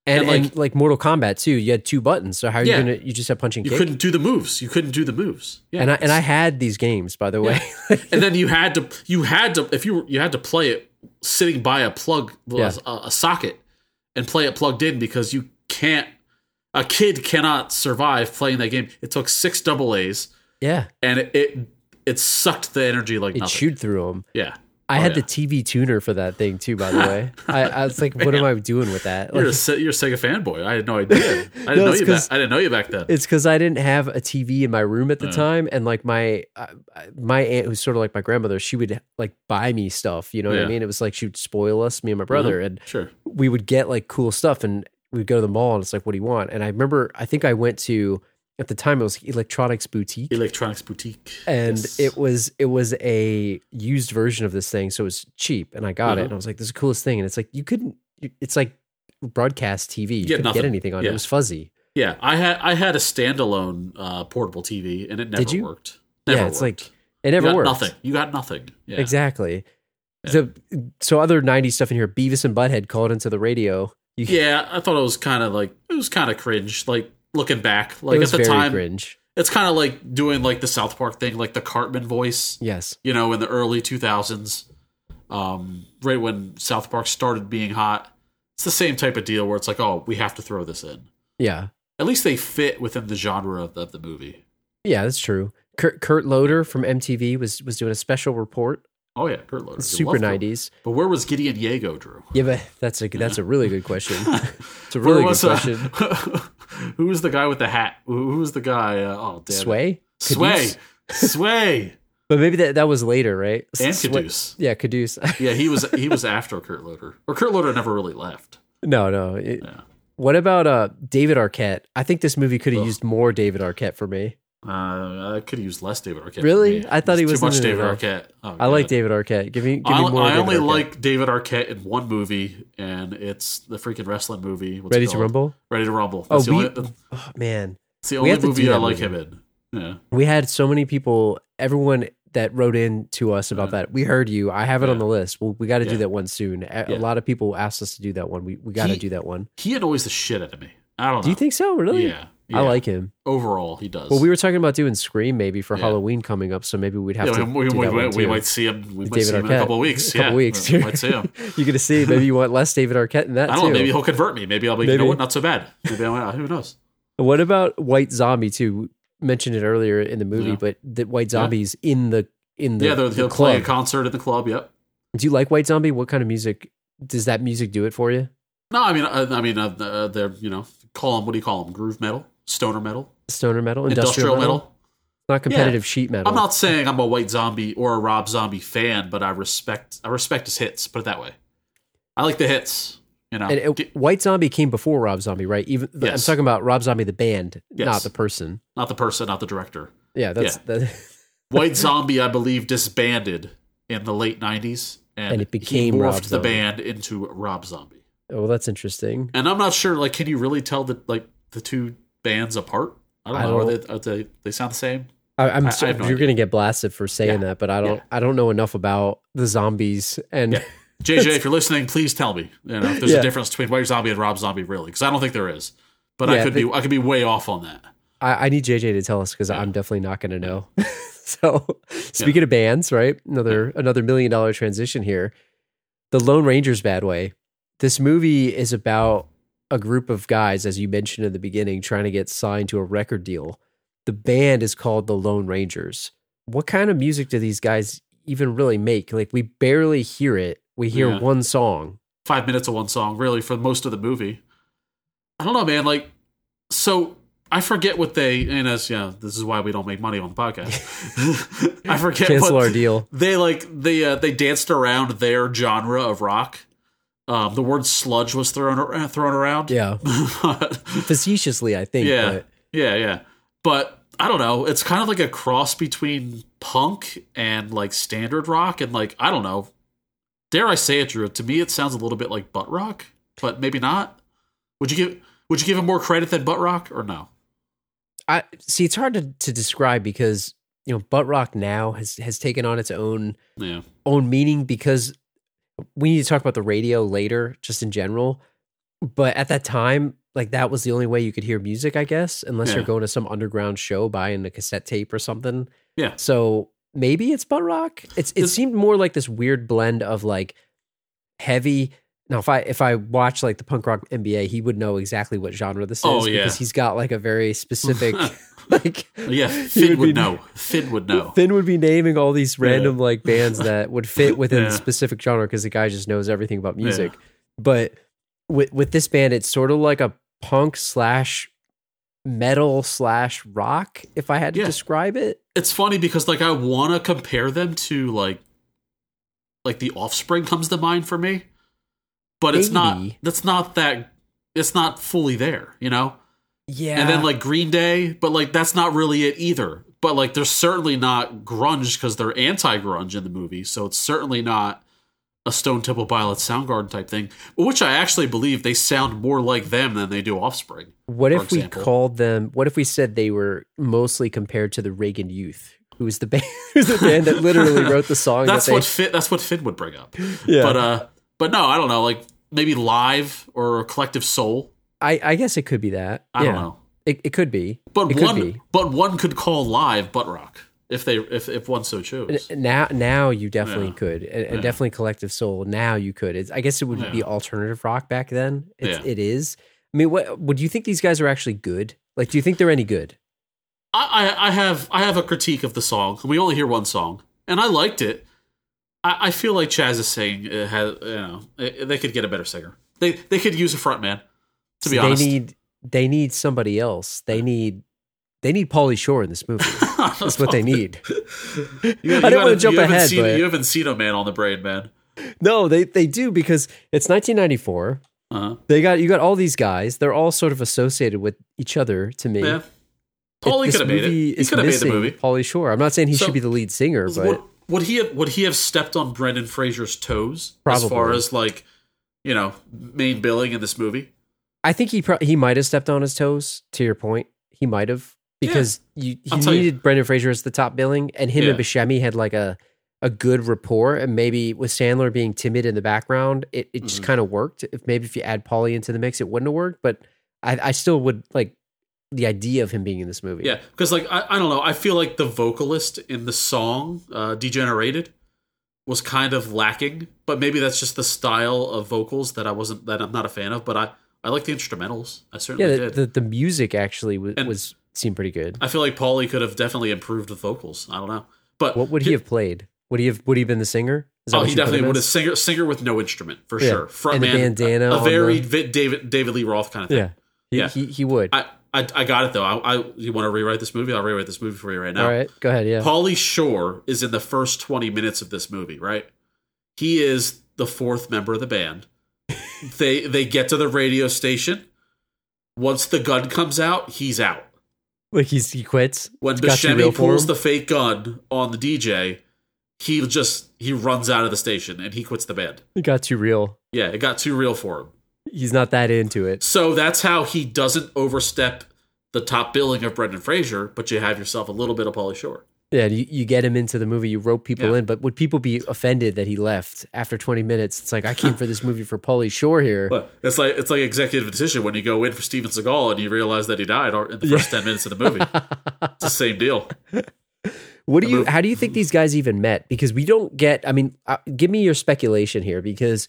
Speaker 4: and,
Speaker 3: and,
Speaker 4: like,
Speaker 3: like-
Speaker 4: and like Mortal Kombat too, you had two buttons. So how are you
Speaker 3: Yeah.
Speaker 4: gonna? You just had punching.
Speaker 3: You
Speaker 4: kick?
Speaker 3: couldn't do the moves. You couldn't do the moves. Yeah,
Speaker 4: And I and I had these games by the way.
Speaker 3: and then you had to you had to if you were, you had to play it sitting by a plug
Speaker 4: Yeah.
Speaker 3: a, a socket and play it plugged in because you can't a kid cannot survive playing that game it took six double a's
Speaker 4: yeah,
Speaker 3: and it it, it sucked the energy like
Speaker 4: it
Speaker 3: nothing
Speaker 4: chewed through them.
Speaker 3: yeah
Speaker 4: I
Speaker 3: Oh,
Speaker 4: had
Speaker 3: yeah.
Speaker 4: the TV tuner for that thing too. By the way, I, I was like, what am I doing with that?
Speaker 3: you're a
Speaker 4: Like,
Speaker 3: Se- you're a Sega fanboy. I had no idea. I didn't
Speaker 4: No,
Speaker 3: know
Speaker 4: it's
Speaker 3: you. Back,
Speaker 4: 'cause-
Speaker 3: I didn't know you back then.
Speaker 4: it's because I didn't have a TV in my room at the
Speaker 3: Uh.
Speaker 4: time, and like my uh, my aunt, who's sort of like my grandmother, she would like buy me stuff. You know what I
Speaker 3: Yeah. Mm-hmm.
Speaker 4: mean? It was like she would spoil us, me and my brother, and
Speaker 3: Uh-huh. Sure.
Speaker 4: we would get like cool stuff and we'd go to the mall and it's like, what do you want? And I remember, I think I went to at the time it was Electronics Boutique,
Speaker 3: Electronics boutique.
Speaker 4: and
Speaker 3: Yes.
Speaker 4: it was it was a used version of this thing, so it was cheap, and I got it,
Speaker 3: Uh-huh.
Speaker 4: and I was like, this is the coolest thing, and it's like you couldn't, it's like broadcast TV, you
Speaker 3: Get
Speaker 4: couldn't get
Speaker 3: nothing.
Speaker 4: anything on it, it
Speaker 3: Yeah.
Speaker 4: was fuzzy.
Speaker 3: yeah. I had I had a standalone uh, portable TV, and it never
Speaker 4: you?
Speaker 3: worked. Never
Speaker 4: yeah, it's
Speaker 3: worked.
Speaker 4: like it never
Speaker 3: you got
Speaker 4: worked.
Speaker 3: Nothing. You got nothing. Yeah.
Speaker 4: Exactly. So so other '90s stuff in here. Beavis and Butthead called into the radio. You,
Speaker 3: Yeah, I thought it was kind of like it was kind of cringe. Like looking back,
Speaker 4: it
Speaker 3: like at
Speaker 4: was
Speaker 3: the
Speaker 4: very
Speaker 3: time,
Speaker 4: cringe.
Speaker 3: it's kind of like doing like the South Park thing, like the Cartman voice,
Speaker 4: Yes.
Speaker 3: you know, in the early two thousands, um, right when South Park started being hot. It's the same type of deal where it's like, oh, we have to throw this in.
Speaker 4: Yeah.
Speaker 3: At least they fit within the genre of the, of the movie.
Speaker 4: Yeah, that's true. Kurt, Kurt Loder from MTV was was doing a special report.
Speaker 3: Oh yeah, Kurt Loder, You
Speaker 4: Super
Speaker 3: love Kurt-
Speaker 4: '90s.
Speaker 3: But where was Gideon Yago, Drew?
Speaker 4: Yeah, but that's a that's a really good question. it's a
Speaker 3: Where
Speaker 4: really good
Speaker 3: was uh,
Speaker 4: question.
Speaker 3: who was the guy with the hat? Who who was the guy? Uh, oh, damn it.
Speaker 4: Sway,
Speaker 3: Sway,
Speaker 4: Caduce?
Speaker 3: Sway,
Speaker 4: but maybe that that was later, right?
Speaker 3: and
Speaker 4: Sway-
Speaker 3: Caduce.
Speaker 4: Yeah, Caduce.
Speaker 3: Yeah, he was he was after Kurt Loder, or Kurt Loder never really left.
Speaker 4: no, no. it-
Speaker 3: Yeah.
Speaker 4: What about uh David Arquette? I think this movie could have
Speaker 3: Ugh.
Speaker 4: used more David Arquette for me.
Speaker 3: Uh, I could have used less David Arquette. for
Speaker 4: Really?
Speaker 3: me.
Speaker 4: I thought he
Speaker 3: There's
Speaker 4: was
Speaker 3: too much
Speaker 4: in it
Speaker 3: David
Speaker 4: enough.
Speaker 3: Arquette. Oh,
Speaker 4: I like
Speaker 3: God.
Speaker 4: David Arquette. Give me, give
Speaker 3: I,
Speaker 4: me more.
Speaker 3: I
Speaker 4: David
Speaker 3: only
Speaker 4: Arquette.
Speaker 3: like David Arquette in one movie, and it's the freaking wrestling movie. What's it
Speaker 4: Ready to
Speaker 3: called?
Speaker 4: Rumble.
Speaker 3: Ready to Rumble.
Speaker 4: Oh,
Speaker 3: That's the
Speaker 4: we-
Speaker 3: only,
Speaker 4: Oh man,
Speaker 3: that's the
Speaker 4: we
Speaker 3: only
Speaker 4: have to do
Speaker 3: movie
Speaker 4: that
Speaker 3: I like
Speaker 4: movie.
Speaker 3: him in. Yeah.
Speaker 4: we had so many people. Everyone that wrote in to us about
Speaker 3: Uh,
Speaker 4: that. We heard you. I have it
Speaker 3: yeah.
Speaker 4: on the list. Well, we got to do
Speaker 3: Yeah.
Speaker 4: that one soon. A, a
Speaker 3: Yeah.
Speaker 4: lot of people asked us to do that one. We we got to
Speaker 3: He-
Speaker 4: do that one.
Speaker 3: He annoys the shit out of me. I don't know.
Speaker 4: Do you think so? Really?
Speaker 3: Yeah, yeah.
Speaker 4: I like him.
Speaker 3: Overall, he does.
Speaker 4: Well, we were talking about doing Scream maybe for
Speaker 3: Yeah.
Speaker 4: Halloween coming up, so maybe we'd have
Speaker 3: Yeah,
Speaker 4: to.
Speaker 3: we, we,
Speaker 4: do
Speaker 3: we,
Speaker 4: that one
Speaker 3: we,
Speaker 4: too.
Speaker 3: might see him. We might
Speaker 4: David
Speaker 3: see him in
Speaker 4: Arquette.
Speaker 3: a couple of weeks.
Speaker 4: A couple
Speaker 3: yeah,
Speaker 4: weeks.
Speaker 3: we might see him.
Speaker 4: You're gonna see. Maybe you want less David Arquette in that
Speaker 3: I don't
Speaker 4: too.
Speaker 3: know. Maybe he'll convert me. Maybe I'll be. You
Speaker 4: Maybe.
Speaker 3: know what? Not so bad. Maybe I'll, who knows?
Speaker 4: What about White Zombie too? We Mentioned it earlier in the movie,
Speaker 3: Yeah.
Speaker 4: but the White
Speaker 3: Yeah.
Speaker 4: Zombie's in the in the,
Speaker 3: yeah, they'll,
Speaker 4: the
Speaker 3: he'll play a
Speaker 4: club.
Speaker 3: concert in the club. Yep.
Speaker 4: Do you like White Zombie? What kind of music does that music do it for you?
Speaker 3: No, I mean, I, I mean, uh, uh, they're you know, call them what do you call them? Groove metal, stoner metal,
Speaker 4: Stoner metal,
Speaker 3: industrial, metal.
Speaker 4: not competitive sheet metal.
Speaker 3: I'm not saying I'm a White Zombie or a Rob Zombie fan, but I respect I respect his hits. Put it that way. I like the hits. You know,
Speaker 4: And it-
Speaker 3: Get-
Speaker 4: White Zombie came before Rob Zombie, right? Even I'm
Speaker 3: Yes.
Speaker 4: talking about Rob Zombie the band, not
Speaker 3: Yes.
Speaker 4: the person.
Speaker 3: not the person, not the director.
Speaker 4: Yeah, that's That,
Speaker 3: White Zombie, I believe, disbanded in the late '90s, and,
Speaker 4: And it became
Speaker 3: he morphed
Speaker 4: Rob
Speaker 3: the
Speaker 4: Zombie.
Speaker 3: band into Rob Zombie.
Speaker 4: oh, that's interesting.
Speaker 3: And I'm not sure. Like, can you really tell the like the two bands apart? I don't
Speaker 4: I
Speaker 3: know.
Speaker 4: don't-
Speaker 3: Are they, are they they sound the same?
Speaker 4: I, I'm
Speaker 3: I- I
Speaker 4: so-
Speaker 3: have no
Speaker 4: you're
Speaker 3: idea.
Speaker 4: gonna get blasted for saying
Speaker 3: Yeah.
Speaker 4: that, but I don't.
Speaker 3: Yeah.
Speaker 4: I don't know enough about the zombies and.
Speaker 3: Yeah. JJ, if you're listening, please tell me. You know, if there's
Speaker 4: Yeah.
Speaker 3: a difference between White Zombie and Rob Zombie, really, because I don't think there is. But
Speaker 4: Yeah,
Speaker 3: I could be I could be way off on that.
Speaker 4: I, I need JJ to tell us because I'm definitely not going to know. so, speaking of bands, right? Another another million dollar transition here. The Lone Ranger's Bad Way. This movie is about a group of guys, as you mentioned in the beginning, trying to get signed to a record deal. The band is called the Lone Rangers. What kind of music do these guys even really make? Like we barely hear it. We hear
Speaker 3: Yeah.
Speaker 4: one song.
Speaker 3: Five minutes of one song, really, for most of the movie. I don't know, man. Like, so I forget what they and as yeah, this is why we don't make money on the podcast. I forget
Speaker 4: Cancel
Speaker 3: what,
Speaker 4: our deal.
Speaker 3: they like they uh, they danced around their genre of rock Um, the word sludge was thrown ar- thrown around.
Speaker 4: Yeah. Facetiously, I think.
Speaker 3: Yeah,
Speaker 4: But
Speaker 3: yeah, yeah. But I don't know. It's kind of like a cross between punk and like standard rock, and like I don't know. Dare I say it, Drew? To me, it sounds a little bit like butt rock, but maybe not. Would you give Would you give it more credit than butt rock or no?
Speaker 4: I see it's hard to, to describe because you know, butt rock now has has taken on its own
Speaker 3: Yeah,
Speaker 4: own meaning because we need to talk about the radio later, just in general. But at that time, like that was the only way you could hear music, I guess, unless
Speaker 3: Yeah.
Speaker 4: you're going to some underground show buying a cassette tape or something.
Speaker 3: Yeah.
Speaker 4: So maybe it's butt rock. It's it
Speaker 3: This-
Speaker 4: seemed more like this weird blend of like heavy. Now, if I if I watch like the punk rock NBA, he would know exactly what genre this
Speaker 3: Oh,
Speaker 4: is
Speaker 3: yeah.
Speaker 4: because he's got like a very specific like
Speaker 3: yeah.
Speaker 4: he
Speaker 3: Finn would,
Speaker 4: be-
Speaker 3: know. Finn would know.
Speaker 4: Finn would be naming all these
Speaker 3: Yeah.
Speaker 4: random like bands that would fit within
Speaker 3: Yeah.
Speaker 4: the specific genre because the guy just knows everything about
Speaker 3: Yeah.
Speaker 4: music. But with with this band, it's sort of like a punk slash metal slash rock. If I had to
Speaker 3: Yeah.
Speaker 4: describe it,
Speaker 3: It's funny because like I want to compare them to like like the Offspring comes to mind for me, but it's not.
Speaker 4: Maybe.
Speaker 3: That's not that. It's not fully there. You know.
Speaker 4: yeah.
Speaker 3: and then like Green Day, but like that's not really it either. But like they're certainly not grunge because they're anti-grunge in the movie, so it's certainly not a Stone Temple Pilots Soundgarden type thing, which I actually believe they sound more like them than they do Offspring.
Speaker 4: what
Speaker 3: for
Speaker 4: if we
Speaker 3: example.
Speaker 4: called them? What if we said they were mostly compared to the Reagan Youth, who's the band, who's the band that literally wrote the song?
Speaker 3: That's
Speaker 4: that Oh, they,
Speaker 3: what Finn, that's what Finn would bring up.
Speaker 4: Yeah.
Speaker 3: But uh, but no, I don't know. Like maybe Live or Collective Soul.
Speaker 4: I, I guess it could be that.
Speaker 3: I
Speaker 4: yeah.
Speaker 3: don't know.
Speaker 4: It, it could be.
Speaker 3: But
Speaker 4: it could be.
Speaker 3: one but one could call Live butt rock if they if if one so chose.
Speaker 4: N- now now you definitely
Speaker 3: Yeah.
Speaker 4: could and, and
Speaker 3: Yeah.
Speaker 4: definitely collective soul now you could it's, i guess it would be
Speaker 3: Yeah.
Speaker 4: alternative rock back then it's,
Speaker 3: Yeah.
Speaker 4: it is i mean what would you think these guys are actually good like do you think they're any good
Speaker 3: I, I I have I have a critique of the song. We only hear one song, and I liked it. I, I feel like Chaz is saying it had you know eh, they could get a better singer. They they could use a front man. To be
Speaker 4: they
Speaker 3: honest,
Speaker 4: need they need somebody else they need they need paulie shore in this movie that's what they need
Speaker 3: You,
Speaker 4: I didn't wanna jump
Speaker 3: you haven't
Speaker 4: ahead,
Speaker 3: Seen,
Speaker 4: but-
Speaker 3: You haven't seen a man on the brain, man.
Speaker 4: no they they do because it's 1994
Speaker 3: Uh-huh.
Speaker 4: they got you got all these guys they're all sort of associated with each other to me
Speaker 3: Yeah,
Speaker 4: It-
Speaker 3: Paulie
Speaker 4: this
Speaker 3: could have made it.
Speaker 4: movie
Speaker 3: He
Speaker 4: is
Speaker 3: could have made the
Speaker 4: missing
Speaker 3: movie.
Speaker 4: paulie shore i'm not saying he
Speaker 3: So-
Speaker 4: should be the lead singer but
Speaker 3: Would, would he have would he have stepped on Brendan Fraser's toes as far
Speaker 4: Probably.
Speaker 3: as like you know main billing in this movie?
Speaker 4: I think he pro- he might have stepped on his toes. To your point, he might have because you
Speaker 3: I'll
Speaker 4: he
Speaker 3: tell you.
Speaker 4: needed Brendan Fraser as the top billing, and him and
Speaker 3: Yeah.
Speaker 4: Buscemi had like a a good rapport, and maybe with Sandler being timid in the background, it, it just
Speaker 3: Mhm.
Speaker 4: kind of worked. If maybe if you add Paulie into the mix, it wouldn't have worked, but I, I still would like the idea of him being in this movie.
Speaker 3: Yeah, because like I, I don't know, I feel like the vocalist in the song uh, "Degenerated" was kind of lacking, but maybe that's just the style of vocals that I wasn't that I'm not a fan of. But I I like the instrumentals. I
Speaker 4: yeah.
Speaker 3: certainly
Speaker 4: The,
Speaker 3: did.
Speaker 4: the the music actually was,
Speaker 3: And- Uh,
Speaker 4: was seemed pretty good.
Speaker 3: I feel like Paulie could have definitely improved with vocals. I don't know, but
Speaker 4: What would he have played? Would he have would he have been the singer? Is that
Speaker 3: Oh,
Speaker 4: what
Speaker 3: he
Speaker 4: you put
Speaker 3: definitely
Speaker 4: him
Speaker 3: would have
Speaker 4: as?
Speaker 3: singer singer with no instrument for
Speaker 4: Yeah.
Speaker 3: sure. Front
Speaker 4: And a
Speaker 3: man,
Speaker 4: bandana
Speaker 3: a,
Speaker 4: on
Speaker 3: very
Speaker 4: the-
Speaker 3: vi- David David Lee Roth kind of thing.
Speaker 4: Yeah, he,
Speaker 3: Yeah.
Speaker 4: He, he would.
Speaker 3: I, I I got it though. I, I you want to rewrite this movie? I'll rewrite this movie for you right now.
Speaker 4: All right, go ahead. Yeah,
Speaker 3: Paulie Shore is in the first 20 minutes of this movie, right? He is the fourth member of the band. they they get to the radio station. Once the gun comes out, he's out.
Speaker 4: like he's he quits.
Speaker 3: When
Speaker 4: It's got to be real
Speaker 3: Buscemi
Speaker 4: for
Speaker 3: pulls
Speaker 4: him.
Speaker 3: the fake gun on the DJ, he just he runs out of the station and he quits the band.
Speaker 4: It got too real.
Speaker 3: Yeah, it got too real for him.
Speaker 4: He's not that into it.
Speaker 3: So that's how he doesn't overstep the top billing of Brendan Fraser, but you have yourself a little bit of Paulie Shore.
Speaker 4: Yeah, you, you get him into the movie, you rope people
Speaker 3: Yeah.
Speaker 4: in, but would people be offended that he left after 20 minutes? It's like, I came for this movie for Paulie Shore here.
Speaker 3: But it's like it's like executive decision when you go in for Steven Seagal and you realize that he died or- in the first ten minutes of the movie. it's the same deal.
Speaker 4: What do you, how do you think these guys even met? Because we don't get, I mean, uh, give me your speculation here because,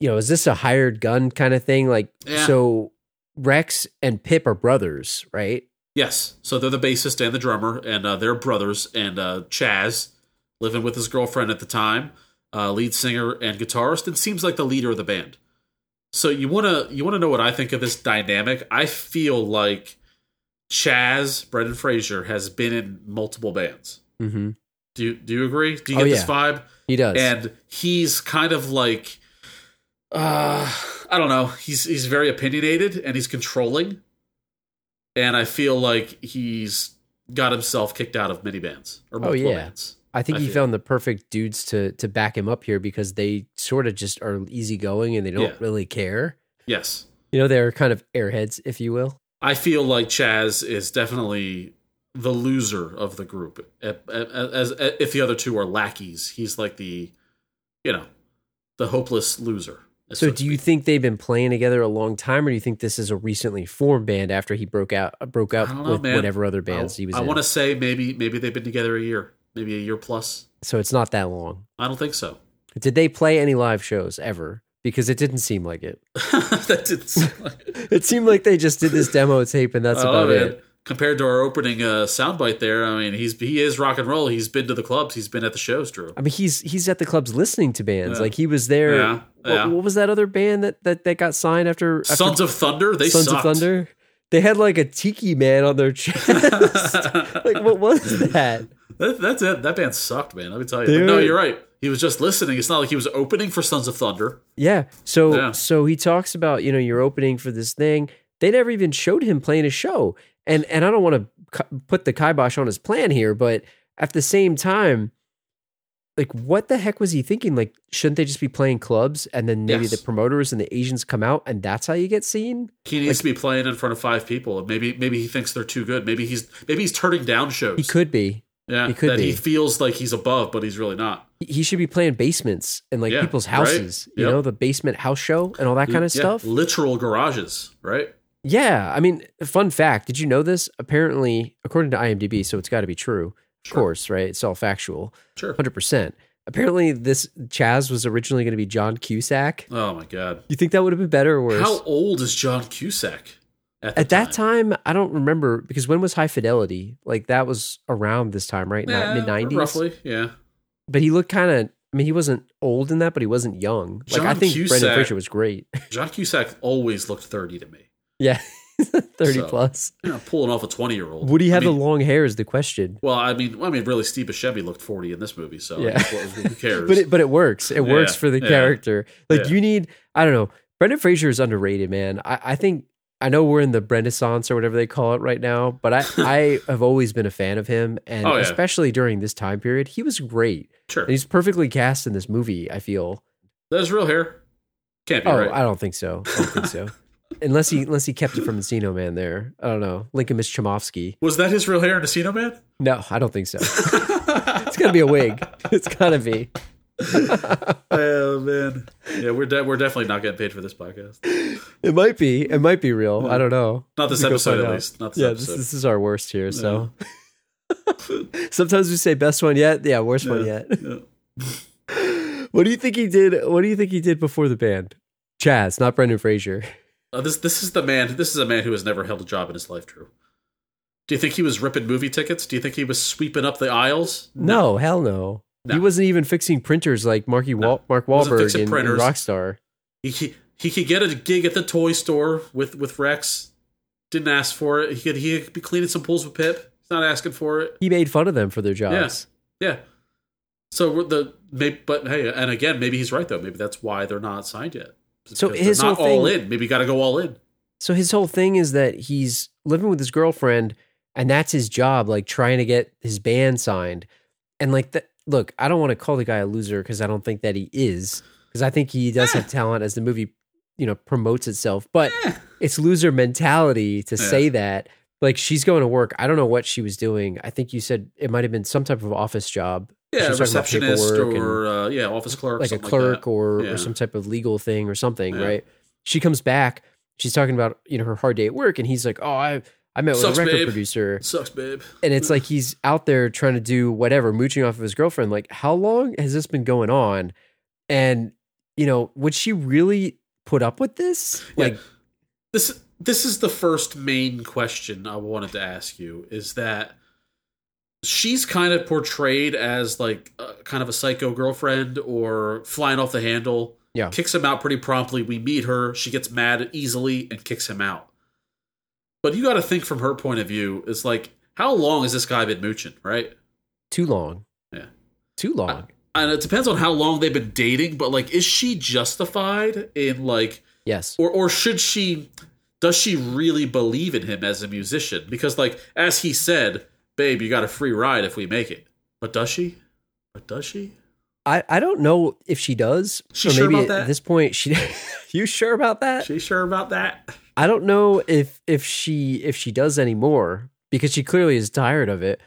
Speaker 4: you know, is this a hired gun kind of thing? Like,
Speaker 3: Yeah.
Speaker 4: so Rex and Pip are brothers, right?
Speaker 3: Yes, so they're the bassist and the drummer, and uh, they're brothers. And uh, Chaz, living with his girlfriend at the time, uh, lead singer and guitarist, and seems like the leader of the band. So you wanna you wanna know what I think of this dynamic? I feel like Chaz Brendan Fraser has been in multiple bands.
Speaker 4: Mm-hmm.
Speaker 3: Do you do you agree? Do you
Speaker 4: Oh,
Speaker 3: get this
Speaker 4: yeah.
Speaker 3: vibe?
Speaker 4: He does.
Speaker 3: and he's kind of like Uh, I don't know. He's he's very opinionated and he's controlling, and I feel like he's got himself kicked out of many bands or multiple
Speaker 4: Oh, yeah.
Speaker 3: bands.
Speaker 4: I think
Speaker 3: I
Speaker 4: he
Speaker 3: feel-
Speaker 4: found the perfect dudes to to back him up here because they sort of just are easygoing and they don't
Speaker 3: Yeah.
Speaker 4: really care.
Speaker 3: Yes,
Speaker 4: You know, they're kind of airheads, if you will.
Speaker 3: I feel like Chaz is definitely the loser of the group. As, as, as if the other two are lackeys, he's like the, you know, the hopeless loser.
Speaker 4: So, do you think they've been playing together a long time, or do you think this is a recently formed band after he broke out uh, broke out
Speaker 3: I don't know,
Speaker 4: with
Speaker 3: man.
Speaker 4: whatever other bands
Speaker 3: I,
Speaker 4: he was
Speaker 3: I
Speaker 4: in?
Speaker 3: want to say maybe maybe they've been together a year, maybe a year plus.
Speaker 4: So it's not that long.
Speaker 3: I don't think so.
Speaker 4: Did they play any live shows ever? Because it didn't seem like it.
Speaker 3: that didn't. Sound like it.
Speaker 4: It seemed like they just did this demo tape and that's
Speaker 3: Oh,
Speaker 4: about
Speaker 3: man.
Speaker 4: it.
Speaker 3: Compared to our opening uh, soundbite there, I mean, he's he is rock and roll. He's been to the clubs. He's been at the shows, Drew.
Speaker 4: I mean, he's he's at the clubs listening to bands.
Speaker 3: Yeah.
Speaker 4: Like he was there.
Speaker 3: Yeah,
Speaker 4: What,
Speaker 3: yeah.
Speaker 4: what was that other band that that, that got signed after, after
Speaker 3: Sons of Thunder, they
Speaker 4: Sons
Speaker 3: sucked.
Speaker 4: of Thunder? They had like a tiki man on their chest. like what was that?
Speaker 3: That, that's it. That band sucked, man. Let me tell you. But
Speaker 4: Dude.
Speaker 3: no, you're right. He was just listening. It's not like he was opening for Sons of Thunder.
Speaker 4: Yeah. So
Speaker 3: Yeah.
Speaker 4: so he talks about you know you're opening for this thing. They never even showed him playing a show, and and I don't want to put the kibosh on his plan here, but at the same time, like what the heck was he thinking? Like shouldn't they just be playing clubs and then maybe
Speaker 3: Yes.
Speaker 4: the promoters and the Asians come out and that's how you get seen?
Speaker 3: He needs to be playing in front of five people. Maybe maybe he thinks they're too good. Maybe he's maybe he's turning down shows.
Speaker 4: He could be.
Speaker 3: yeah,
Speaker 4: he could
Speaker 3: that
Speaker 4: be.
Speaker 3: he feels like he's above, but he's really not.
Speaker 4: He- He should be playing basements and like
Speaker 3: Yeah,
Speaker 4: people's
Speaker 3: right.
Speaker 4: houses, you
Speaker 3: Yep.
Speaker 4: know, the basement house show and all that kind of
Speaker 3: Yeah,
Speaker 4: stuff.
Speaker 3: Literal garages, right?
Speaker 4: Yeah, I mean, fun fact, did you know this? Apparently, according to IMDb, so it's got to be true. Of
Speaker 3: Sure.
Speaker 4: course, right? It's all factual.
Speaker 3: Sure.
Speaker 4: 100%. Apparently, this Chaz was originally going to be John Cusack.
Speaker 3: Oh my god.
Speaker 4: You think that would have been better or worse?
Speaker 3: How old is John Cusack? At, the
Speaker 4: At that time, I don't remember because when was High Fidelity? Like that was around this time, right?
Speaker 3: Yeah,
Speaker 4: Mid 90s.
Speaker 3: roughly. Yeah,
Speaker 4: But he looked kind of I mean, he wasn't old in that, but he wasn't young. Like I
Speaker 3: John
Speaker 4: think Brendan
Speaker 3: Cusack-
Speaker 4: Fraser was great.
Speaker 3: John Cusack always looked thirty to me.
Speaker 4: yeah. 30
Speaker 3: So.
Speaker 4: plus.
Speaker 3: You know, pulling off a twenty-year-old.
Speaker 4: Would he have
Speaker 3: I mean,
Speaker 4: the long hair is the question.
Speaker 3: Well, I mean, well, I mean, really, Steve Buscemi looked forty in this movie, so I
Speaker 4: Yeah.
Speaker 3: mean, who who cares?
Speaker 4: but it, but it works. It works
Speaker 3: Yeah,
Speaker 4: for the
Speaker 3: yeah,
Speaker 4: character. Like
Speaker 3: yeah.
Speaker 4: you need, I don't know. Brendan Fraser is underrated, man. I, I think I know we're in the Renaissance or whatever they call it right now, but I I have always been a fan of him, and
Speaker 3: Oh, yeah.
Speaker 4: especially during this time period, he was great.
Speaker 3: sure,
Speaker 4: And he's perfectly cast in this movie. I feel.
Speaker 3: there's real hair. Can't be
Speaker 4: oh,
Speaker 3: right.
Speaker 4: I don't think so. I don't think so. Unless he unless he kept it from Encino Man there. I don't know. Lincoln Miss Chomovsky.
Speaker 3: Was that his real hair in Casino Man?
Speaker 4: No, I don't think so. it's gotta be a wig. It's gotta be.
Speaker 3: Oh man, yeah, we're de- we're definitely not getting paid for this podcast.
Speaker 4: It might be. It might be real. I don't know.
Speaker 3: Hmm. Not this
Speaker 4: We go
Speaker 3: episode,
Speaker 4: find
Speaker 3: at
Speaker 4: out.
Speaker 3: least. Not this
Speaker 4: yeah,
Speaker 3: episode.
Speaker 4: This, this is our worst here. So sometimes we say best one yet. Yeah, worst one yet.
Speaker 3: Yeah.
Speaker 4: What do you think he did? What do you think he did before the band? Chaz, not Brendan Fraser.
Speaker 3: Uh, this this is the man. This is a man who has never held a job in his life. Drew. Do you think he was ripping movie tickets? Do you think he was sweeping up the aisles?
Speaker 4: No, hell no.
Speaker 3: No.
Speaker 4: He wasn't even fixing printers like Marky Wa- Mark
Speaker 3: Wasn't
Speaker 4: Wahlberg
Speaker 3: fixing
Speaker 4: in, in
Speaker 3: printers.
Speaker 4: Rockstar.
Speaker 3: He, he he could get a gig at the toy store with with Rex. Didn't ask for it. He could he could be cleaning some pools with Pip. He's not asking for it.
Speaker 4: He made fun of them for their jobs.
Speaker 3: Yeah. So we're the maybe, but hey, and again, maybe he's right though. Maybe that's why they're not signed yet. It's
Speaker 4: So
Speaker 3: because they're
Speaker 4: his
Speaker 3: not
Speaker 4: whole
Speaker 3: all
Speaker 4: thing-
Speaker 3: in. Maybe got to go all in.
Speaker 4: So his whole thing is that he's living with his girlfriend, and that's his job, like trying to get his band signed. And like, that, look, I don't want to call the guy a loser because I don't think that he is, because I think he does have talent as the movie, you know, promotes itself. But it's loser mentality to
Speaker 3: Ah. Yeah.
Speaker 4: say that. Like she's going to work. I don't know what she was doing. I think you said it might have been some type of office job. She
Speaker 3: Yeah,
Speaker 4: was talking about
Speaker 3: receptionist
Speaker 4: paperwork and-
Speaker 3: or uh, yeah, office clerk,
Speaker 4: like a
Speaker 3: something
Speaker 4: clerk
Speaker 3: Like
Speaker 4: or,
Speaker 3: Yeah.
Speaker 4: or some type of legal thing or something,
Speaker 3: Yeah.
Speaker 4: right? She comes back. She's talking about you know her hard day at work, and he's like, "Oh, I I met with
Speaker 3: Sucks,
Speaker 4: a record
Speaker 3: babe."
Speaker 4: producer,"
Speaker 3: that. Sucks, babe.
Speaker 4: and it's like he's out there trying to do whatever, mooching off of his girlfriend. Like, how long has this been going on? And you know, would she really put up with this?
Speaker 3: Yeah.
Speaker 4: Like,
Speaker 3: This this is the first main question I wanted to ask you is that she's kind of portrayed as like uh, kind of a psycho girlfriend or flying off the handle.
Speaker 4: Yeah.
Speaker 3: kicks him out pretty promptly. We meet her, she gets mad easily and kicks him out. But you got to think from her point of view is like how long has this guy been mooching, right?
Speaker 4: too long.
Speaker 3: Yeah.
Speaker 4: Too long.
Speaker 3: and it depends on how long they've been dating, but like, is she justified in like,
Speaker 4: Yes.
Speaker 3: or or should she? Does she really believe in him as a musician? Because like, as he said, "Babe, you got a free ride if we make it." But does she? But does she?
Speaker 4: I, I don't know if she does.
Speaker 3: She
Speaker 4: or
Speaker 3: sure about
Speaker 4: maybe at
Speaker 3: that?
Speaker 4: this point she You sure about that?
Speaker 3: She sure about that?
Speaker 4: I don't know if if she if she does anymore because she clearly is tired of it.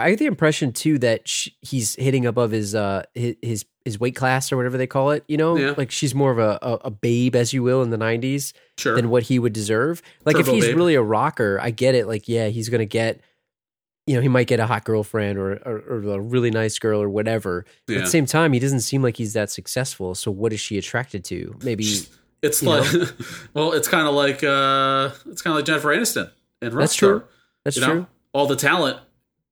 Speaker 4: I get the impression too that sh he's hitting above his uh his, his his weight class or whatever they call it. You know,
Speaker 3: Yeah.
Speaker 4: like she's more of a, a a babe, as you will, in the '90s
Speaker 3: Sure.
Speaker 4: than what he would deserve. Like
Speaker 3: Turbo
Speaker 4: if he's
Speaker 3: babe.
Speaker 4: really a rocker, I get it. Like yeah, he's gonna get, you know, he might get a hot girlfriend or or, or a really nice girl or whatever. But at
Speaker 3: Yeah.
Speaker 4: the same time, he doesn't seem like he's that successful. So what is she attracted to? Maybe
Speaker 3: It's
Speaker 4: You
Speaker 3: like, well, it's kind of like uh, it's kind of like Jennifer Aniston and Rockstar.
Speaker 4: That's true. that's
Speaker 3: You
Speaker 4: true.
Speaker 3: know, all the talent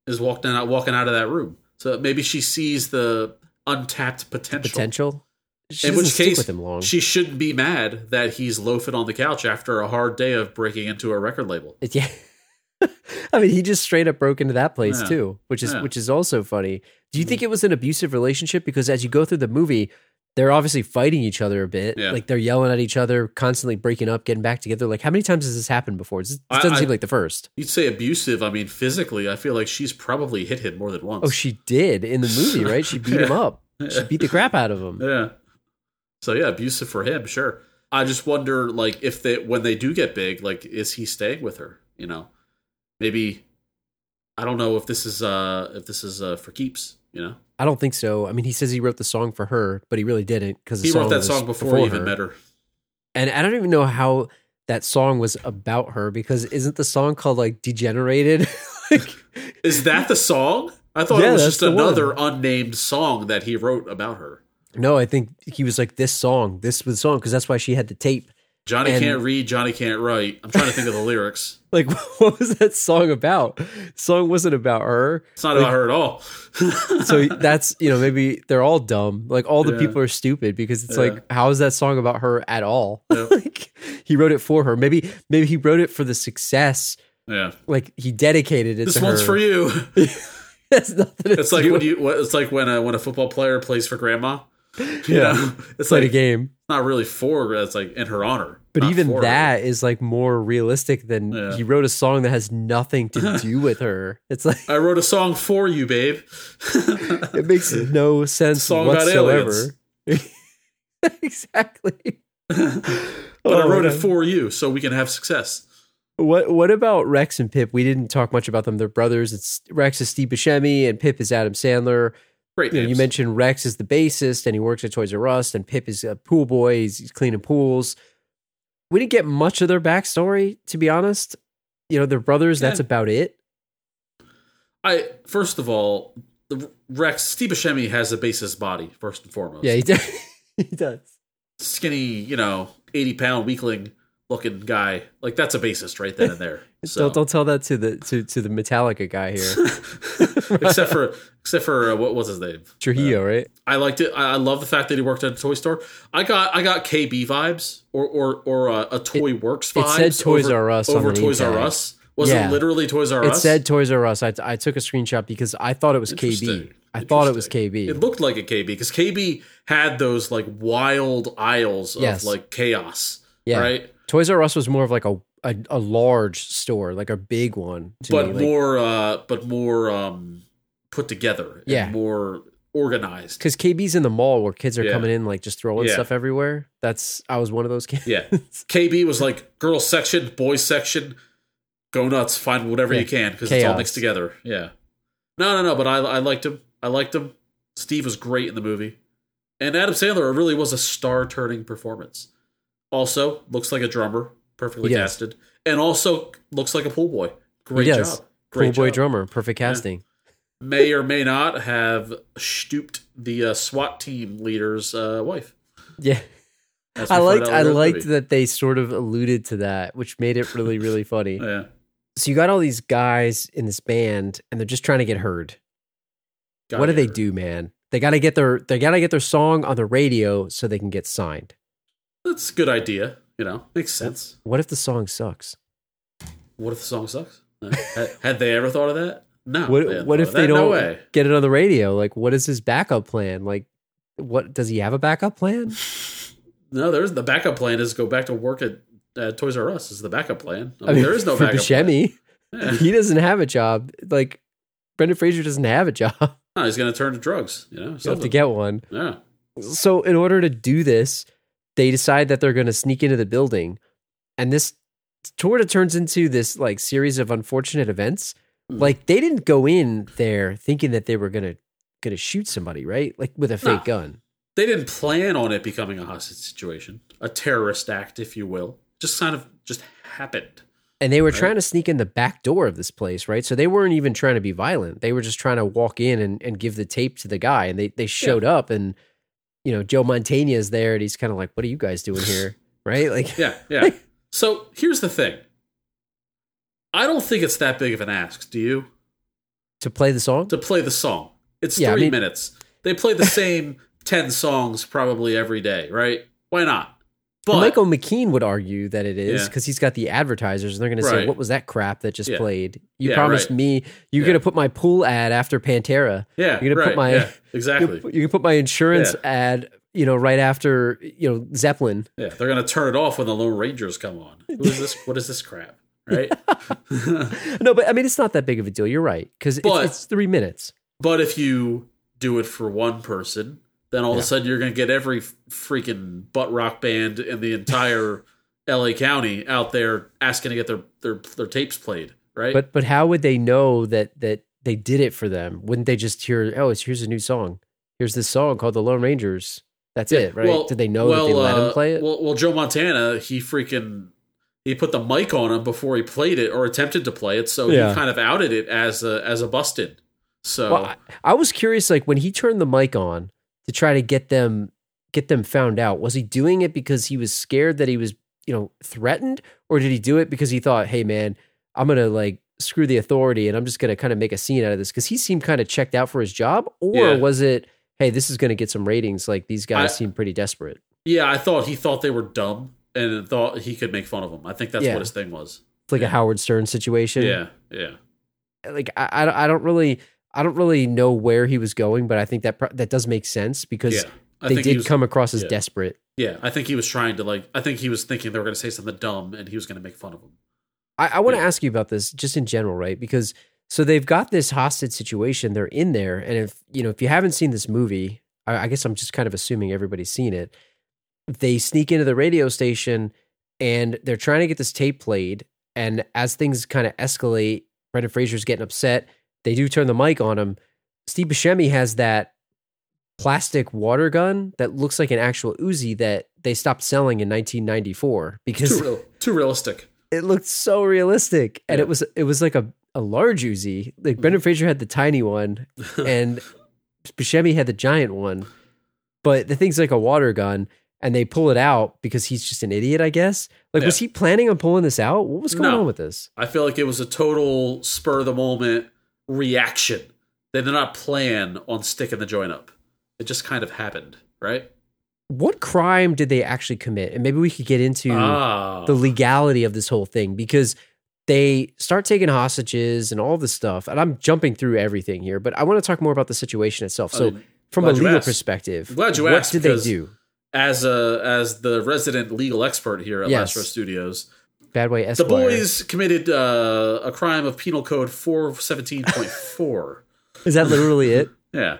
Speaker 3: is walking out, walking out of that room. So maybe she sees the untapped potential.
Speaker 4: Potential. She
Speaker 3: In
Speaker 4: doesn't
Speaker 3: which
Speaker 4: stick
Speaker 3: case,
Speaker 4: with him long.
Speaker 3: she shouldn't be mad that he's loafing on the couch after a hard day of breaking into a record label.
Speaker 4: It's- yeah. I mean, he just straight up broke into that place
Speaker 3: Yeah.
Speaker 4: too, which is
Speaker 3: Yeah. Hmm.
Speaker 4: which is also funny. Do you think it was an abusive relationship? Because as you go through the movie, they're obviously fighting each other a bit.
Speaker 3: Yeah.
Speaker 4: Like they're yelling at each other, constantly breaking up, getting back together. Like how many times has this happened before? This, this
Speaker 3: I-
Speaker 4: doesn't
Speaker 3: I-
Speaker 4: seem like the first.
Speaker 3: You'd say abusive. I mean, physically, I feel like she's probably hit him more than once.
Speaker 4: Oh, she did in the movie, right? She beat him
Speaker 3: Yeah.
Speaker 4: up. She beat the crap out of him.
Speaker 3: Yeah. So yeah, abusive for him, sure. I just wonder like if they when they do get big, like is he staying with her, you know? Maybe I don't know if this is uh if this is uh for keeps, you know.
Speaker 4: I don't think so. I mean, he says he wrote the song for her, but he really didn't because
Speaker 3: He wrote that song before, he even
Speaker 4: her.
Speaker 3: met her.
Speaker 4: and I don't even know how that song was about her because isn't the song called like Degenerated? like,
Speaker 3: Is that the song? I thought
Speaker 4: Yeah,
Speaker 3: it was
Speaker 4: that's
Speaker 3: just
Speaker 4: the one.
Speaker 3: another unnamed song that he wrote about her.
Speaker 4: no, I think he was like this song, this was the song because that's why she had the tape.
Speaker 3: Johnny
Speaker 4: And-
Speaker 3: can't read, Johnny can't write. I'm trying to think of the lyrics.
Speaker 4: Like, what was that song about? song wasn't about her.
Speaker 3: It's not about her at all.
Speaker 4: So that's you know maybe they're all dumb. Like all the
Speaker 3: Yeah.
Speaker 4: people are stupid because it's
Speaker 3: Yeah.
Speaker 4: like how is that song about her at all?
Speaker 3: Yep.
Speaker 4: like he wrote it for her. Maybe maybe he wrote it for the success.
Speaker 3: yeah.
Speaker 4: Like he dedicated it.
Speaker 3: This
Speaker 4: to
Speaker 3: one's
Speaker 4: her.
Speaker 3: for you.
Speaker 4: That's nothing.
Speaker 3: It's like when you it's like when a, when a football player plays for grandma. You
Speaker 4: Yeah.
Speaker 3: know, it's
Speaker 4: play
Speaker 3: like
Speaker 4: the game.
Speaker 3: not really for. her, It's like in her honor.
Speaker 4: But
Speaker 3: not
Speaker 4: even
Speaker 3: for her.
Speaker 4: that is like more realistic than
Speaker 3: Yeah.
Speaker 4: he wrote a song that has nothing to do with her. It's like
Speaker 3: I wrote a song for you, babe.
Speaker 4: it makes no sense
Speaker 3: Song about
Speaker 4: whatsoever. exactly.
Speaker 3: but I
Speaker 4: Oh,
Speaker 3: wrote it
Speaker 4: man.
Speaker 3: for you, so we can have success.
Speaker 4: What What about Rex and Pip? We didn't talk much about them. They're brothers. It's Rex is Steve Buscemi and Pip is Adam Sandler.
Speaker 3: Great.
Speaker 4: You, know, you
Speaker 3: names.
Speaker 4: mentioned Rex is the bassist and he works at Toys R Us, and Pip is a pool boy. He's, he's cleaning pools. We didn't get much of their backstory, to be honest. You know, they're brothers. That's
Speaker 3: Yeah.
Speaker 4: about it.
Speaker 3: I first of all, the Rex Steve Buscemi has a bassist body first and foremost.
Speaker 4: Yeah, he does. he does.
Speaker 3: skinny, you know, eighty pound weakling looking guy. Like that's a bassist right then and there. So
Speaker 4: Don't don't tell that to the to, to the Metallica guy here,
Speaker 3: except for except for uh, what was his name?
Speaker 4: Trujillo, right?
Speaker 3: I liked it. I, I love the fact that he worked at a toy store. I got I got KB vibes or or or uh, a, a Toy Works
Speaker 4: it
Speaker 3: vibes.
Speaker 4: said Toys
Speaker 3: over,
Speaker 4: R Us on
Speaker 3: over
Speaker 4: the
Speaker 3: Toys R
Speaker 4: tag.
Speaker 3: Us. Was
Speaker 4: Yeah.
Speaker 3: it literally Toys R
Speaker 4: It
Speaker 3: Us?
Speaker 4: said Toys R Us. I, I took a screenshot because I thought it was KB.
Speaker 3: Interesting.
Speaker 4: I thought it was
Speaker 3: Interesting.
Speaker 4: KB.
Speaker 3: It looked like a KB because KB had those like wild aisles
Speaker 4: Yes.
Speaker 3: of like chaos.
Speaker 4: yeah,
Speaker 3: Right.
Speaker 4: Toys R Us was more of like a a, a large store, like a big one. to
Speaker 3: but
Speaker 4: me, like-
Speaker 3: more uh but more um put together. and
Speaker 4: Yeah.
Speaker 3: more organized.
Speaker 4: because KB's in the mall where kids are
Speaker 3: Yeah.
Speaker 4: coming in like just throwing
Speaker 3: Yeah.
Speaker 4: stuff everywhere. That's I was one of those kids.
Speaker 3: Yeah. KB was like girls section, boys section, go nuts, find whatever
Speaker 4: Yeah.
Speaker 3: you can because it's all
Speaker 4: Chaos.
Speaker 3: mixed together. Yeah. No, no, no. But I, I liked him. I liked him. Steve was great in the movie, and Adam Sandler really was a star-turning performance. Also, looks like a drummer, perfectly
Speaker 4: He does.
Speaker 3: casted, and also looks like a pool boy. Great
Speaker 4: does.
Speaker 3: job.
Speaker 4: Cool
Speaker 3: Great
Speaker 4: boy
Speaker 3: job.
Speaker 4: drummer, perfect casting.
Speaker 3: May or may not have stooped the uh, SWAT team leader's uh, wife.
Speaker 4: Yeah,
Speaker 3: as we
Speaker 4: I
Speaker 3: find
Speaker 4: liked
Speaker 3: out
Speaker 4: I
Speaker 3: later in the
Speaker 4: liked
Speaker 3: movie.
Speaker 4: that they sort of alluded to that, which made it really really funny.
Speaker 3: Yeah.
Speaker 4: so you got all these guys in this band and they're just trying to get heard
Speaker 3: Got
Speaker 4: what do
Speaker 3: it.
Speaker 4: they do man they gotta get their they gotta get their song on the radio so they can get signed
Speaker 3: That's a good idea. You know, makes sense.
Speaker 4: what if the song sucks
Speaker 3: What if the song sucks? Uh, had, had they ever thought of that? No.
Speaker 4: What
Speaker 3: man,
Speaker 4: what
Speaker 3: no,
Speaker 4: if they
Speaker 3: that- no
Speaker 4: don't
Speaker 3: way.
Speaker 4: get it on the radio? Like, what is his backup plan? Like, what does he have a backup plan?
Speaker 3: No, there's the backup plan is go back to work at uh, Toys R Us. Is the backup plan? I mean, there is no
Speaker 4: for
Speaker 3: backup. plan.
Speaker 4: Buscemi,
Speaker 3: Yeah.
Speaker 4: he doesn't have a job. Like, Brendan Fraser doesn't have a job. He'll
Speaker 3: No, he's going to turn to drugs. You know,
Speaker 4: have to
Speaker 3: something.
Speaker 4: get one.
Speaker 3: yeah.
Speaker 4: So, in order to do this, they decide that they're going to sneak into the building, and this sort of turns into this like series of unfortunate events.
Speaker 3: Hmm.
Speaker 4: Like, they didn't go in there thinking that they were going to going to shoot somebody, right? Like with a fake
Speaker 3: No.
Speaker 4: gun.
Speaker 3: They didn't plan on it becoming a hostage situation, a terrorist act, if you will. Just kind of just happened.
Speaker 4: And they were
Speaker 3: Right.
Speaker 4: trying to sneak in the back door of this place, right? So they weren't even trying to be violent. They were just trying to walk in and, and give the tape to the guy. And they, they showed up and, you know, Joe Montana is there and he's kind of like, what are you guys doing here? right? Like,
Speaker 3: Yeah, yeah. so here's the thing. I don't think it's that big of an ask. Do you?
Speaker 4: to play the song?
Speaker 3: to play the song. It's
Speaker 4: Yeah, I
Speaker 3: three
Speaker 4: mean-
Speaker 3: minutes. They play the same ten songs probably every day, right? Why not? But
Speaker 4: Michael McKean would argue that it is
Speaker 3: Yeah.
Speaker 4: because he's got the advertisers and they're going to say,
Speaker 3: Right.
Speaker 4: what was that crap that just
Speaker 3: Yeah.
Speaker 4: played? You
Speaker 3: Yeah,
Speaker 4: promised
Speaker 3: right.
Speaker 4: me you're
Speaker 3: Yeah.
Speaker 4: going to put my pool ad after Pantera.
Speaker 3: yeah,
Speaker 4: you're gonna
Speaker 3: right,
Speaker 4: put my-
Speaker 3: yeah,
Speaker 4: You-
Speaker 3: exactly.
Speaker 4: You, can put my insurance
Speaker 3: Yeah.
Speaker 4: ad, you know, right after, you know, Zeppelin.
Speaker 3: Yeah, they're gonna turn it off when the Lone Rangers come on. Who is this? what is this crap? Right?
Speaker 4: No, but I mean, it's not that big of a deal. You're right. Because it's,
Speaker 3: But-
Speaker 4: it's three minutes.
Speaker 3: but if you do it for one person, then all of
Speaker 4: Yeah.
Speaker 3: a sudden you're gonna get every f- freaking butt rock band in the entire L.A. County out there asking to get their their their tapes played, right?
Speaker 4: But but how would they know that that they did it for them? Wouldn't they just hear, oh, it's, here's a new song. Here's this song called The Lone Rangers. That's
Speaker 3: Yeah,
Speaker 4: it, right? did they know that they
Speaker 3: well,
Speaker 4: let
Speaker 3: uh,
Speaker 4: him play it?
Speaker 3: Well, well, Joe Montana, he freaking he put the mic on him before he played it or attempted to play it, so
Speaker 4: Yeah.
Speaker 3: he kind of outed it as a as a busted. So
Speaker 4: Well, I, I was curious, like when he turned the mic on to try to get them get them found out, was he doing it because he was scared that he was, you know, threatened, or did he do it because he thought, hey man, I'm gonna like screw the authority and I'm just gonna kind of make a scene out of this? Because he seemed kind of checked out for his job, or
Speaker 3: Yeah.
Speaker 4: was it, hey, this is gonna get some ratings? Like these guys
Speaker 3: I-
Speaker 4: seem pretty desperate.
Speaker 3: yeah, I thought he thought they were dumb and thought he could make fun of them. I think that's
Speaker 4: Yeah.
Speaker 3: what his thing was.
Speaker 4: It's like
Speaker 3: Yeah.
Speaker 4: a Howard Stern situation. Uh,
Speaker 3: Yeah, yeah.
Speaker 4: like I, I don't- I don't really. I don't really know where he was going, but I think that pro- that does make sense because
Speaker 3: Yeah. I
Speaker 4: they
Speaker 3: think he
Speaker 4: did
Speaker 3: was-
Speaker 4: come across as
Speaker 3: yeah.
Speaker 4: desperate.
Speaker 3: Yeah, I think he was trying to like I think he was thinking they were gonna say something dumb and he was gonna make fun of them.
Speaker 4: I, I want to
Speaker 3: Yeah.
Speaker 4: ask you about this just in general, right? Because so they've got this hostage situation. They're in there, and if you know if you haven't seen this movie, I, I guess I'm just kind of assuming everybody's seen it. They sneak into the radio station, and they're trying to get this tape played. And as things kind of escalate, Brendan Fraser's getting upset. They do turn the mic on him. Steve Buscemi has that plastic water gun that looks like an actual Uzi that they stopped selling in 1994 because
Speaker 3: Too real too realistic.
Speaker 4: it looked so realistic and
Speaker 3: Yeah. Mm-hmm.
Speaker 4: it was it was like a, a large Uzi. Like Brendan Fraser had the tiny one and Buscemi had the giant one. But the thing's like a water gun and they pull it out because he's just an idiot, I guess. Like was he planning on pulling this out? What was going
Speaker 3: No.
Speaker 4: on with this?
Speaker 3: I feel like it was a total spur of the moment reaction. They did not plan on sticking the joint up. It just kind of happened, right?
Speaker 4: What crime did they actually commit? And maybe we could get into
Speaker 3: ah,
Speaker 4: the legality of this whole thing because they start taking hostages and all this stuff. And I'm jumping through everything here, but I want to talk more about the situation itself. So,
Speaker 3: I'm
Speaker 4: from a
Speaker 3: Oh, glad you
Speaker 4: legal
Speaker 3: asked.
Speaker 4: perspective,
Speaker 3: I'm glad you
Speaker 4: what
Speaker 3: asked
Speaker 4: did they
Speaker 3: because-
Speaker 4: do?
Speaker 3: as a as the resident legal expert here at
Speaker 4: Yes.
Speaker 3: Last Row Studios,
Speaker 4: Bad Way
Speaker 3: the
Speaker 4: Esquire.
Speaker 3: boys committed uh, a crime of Penal Code four seventeen point four.
Speaker 4: Is that literally it?
Speaker 3: Yeah.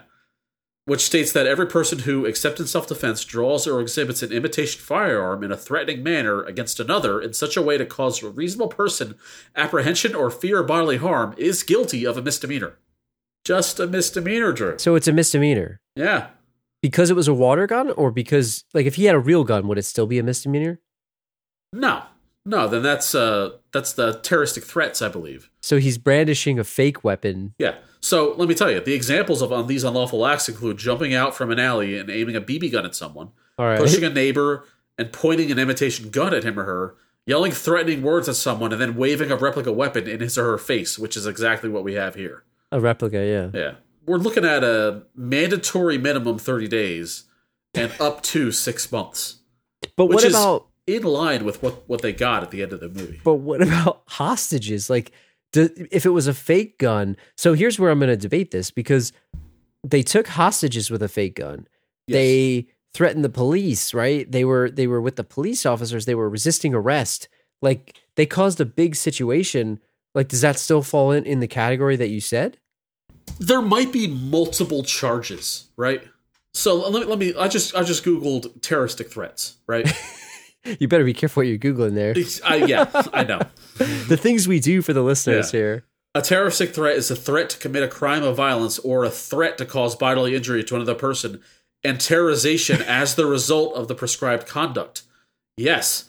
Speaker 3: Which states that every person who, except in self defense, draws or exhibits an imitation firearm in a threatening manner against another in such a way to cause a reasonable person apprehension or fear of bodily harm is guilty of a misdemeanor. Just a misdemeanor, Drew.
Speaker 4: So it's a misdemeanor
Speaker 3: Yeah.
Speaker 4: because it was a water gun, or because like if he had a real gun, would it still be a misdemeanor?
Speaker 3: No. No, then that's uh that's the terroristic threats, I believe.
Speaker 4: So he's brandishing a fake weapon.
Speaker 3: Yeah. So let me tell you, the examples of on these unlawful acts include jumping out from an alley and aiming a BB gun at someone,
Speaker 4: All right.
Speaker 3: pushing a neighbor and pointing an imitation gun at him or her, yelling threatening words at someone, and then waving a replica weapon in his or her face, which is exactly what we have here.
Speaker 4: a replica, yeah.
Speaker 3: Yeah. We're looking at a mandatory minimum 30 days and up to six months,
Speaker 4: But
Speaker 3: which
Speaker 4: what
Speaker 3: is
Speaker 4: about
Speaker 3: in line with what, what they got at the end of the movie.
Speaker 4: but what about hostages? Like Do, if it was a fake gun, so here's where I'm going to debate this because they took hostages with a fake gun. They threatened the police, right? They were they were with the police officers. They were resisting arrest. Like they caused a big situation. Like, does that still fall in in the category that you said?
Speaker 3: there might be multiple charges, right? So let me, let me I just I just googled terroristic threats, right?
Speaker 4: You better be careful what you're googling there.
Speaker 3: It's- I, yeah, I know.
Speaker 4: The things we do for the listeners
Speaker 3: Yeah.
Speaker 4: here.
Speaker 3: A terroristic threat is a threat to commit a crime of violence or a threat to cause bodily injury to another person and terrorization as the result of the prescribed conduct. Yes,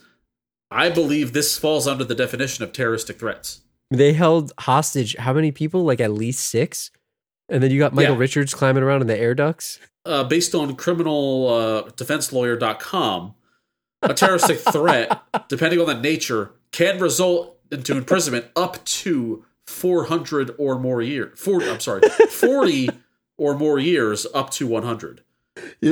Speaker 3: I believe this falls under the definition of terroristic threats.
Speaker 4: They held hostage how many people? Like at least six. And then you got Michael
Speaker 3: Yeah.
Speaker 4: Richards climbing around in the air ducts.
Speaker 3: uh, based on uh, criminaldefenselawyer.com, a terroristic threat, depending on the nature, can result into imprisonment up to 400 or more years. 40, I'm sorry, 40 or more years up to 100.
Speaker 4: You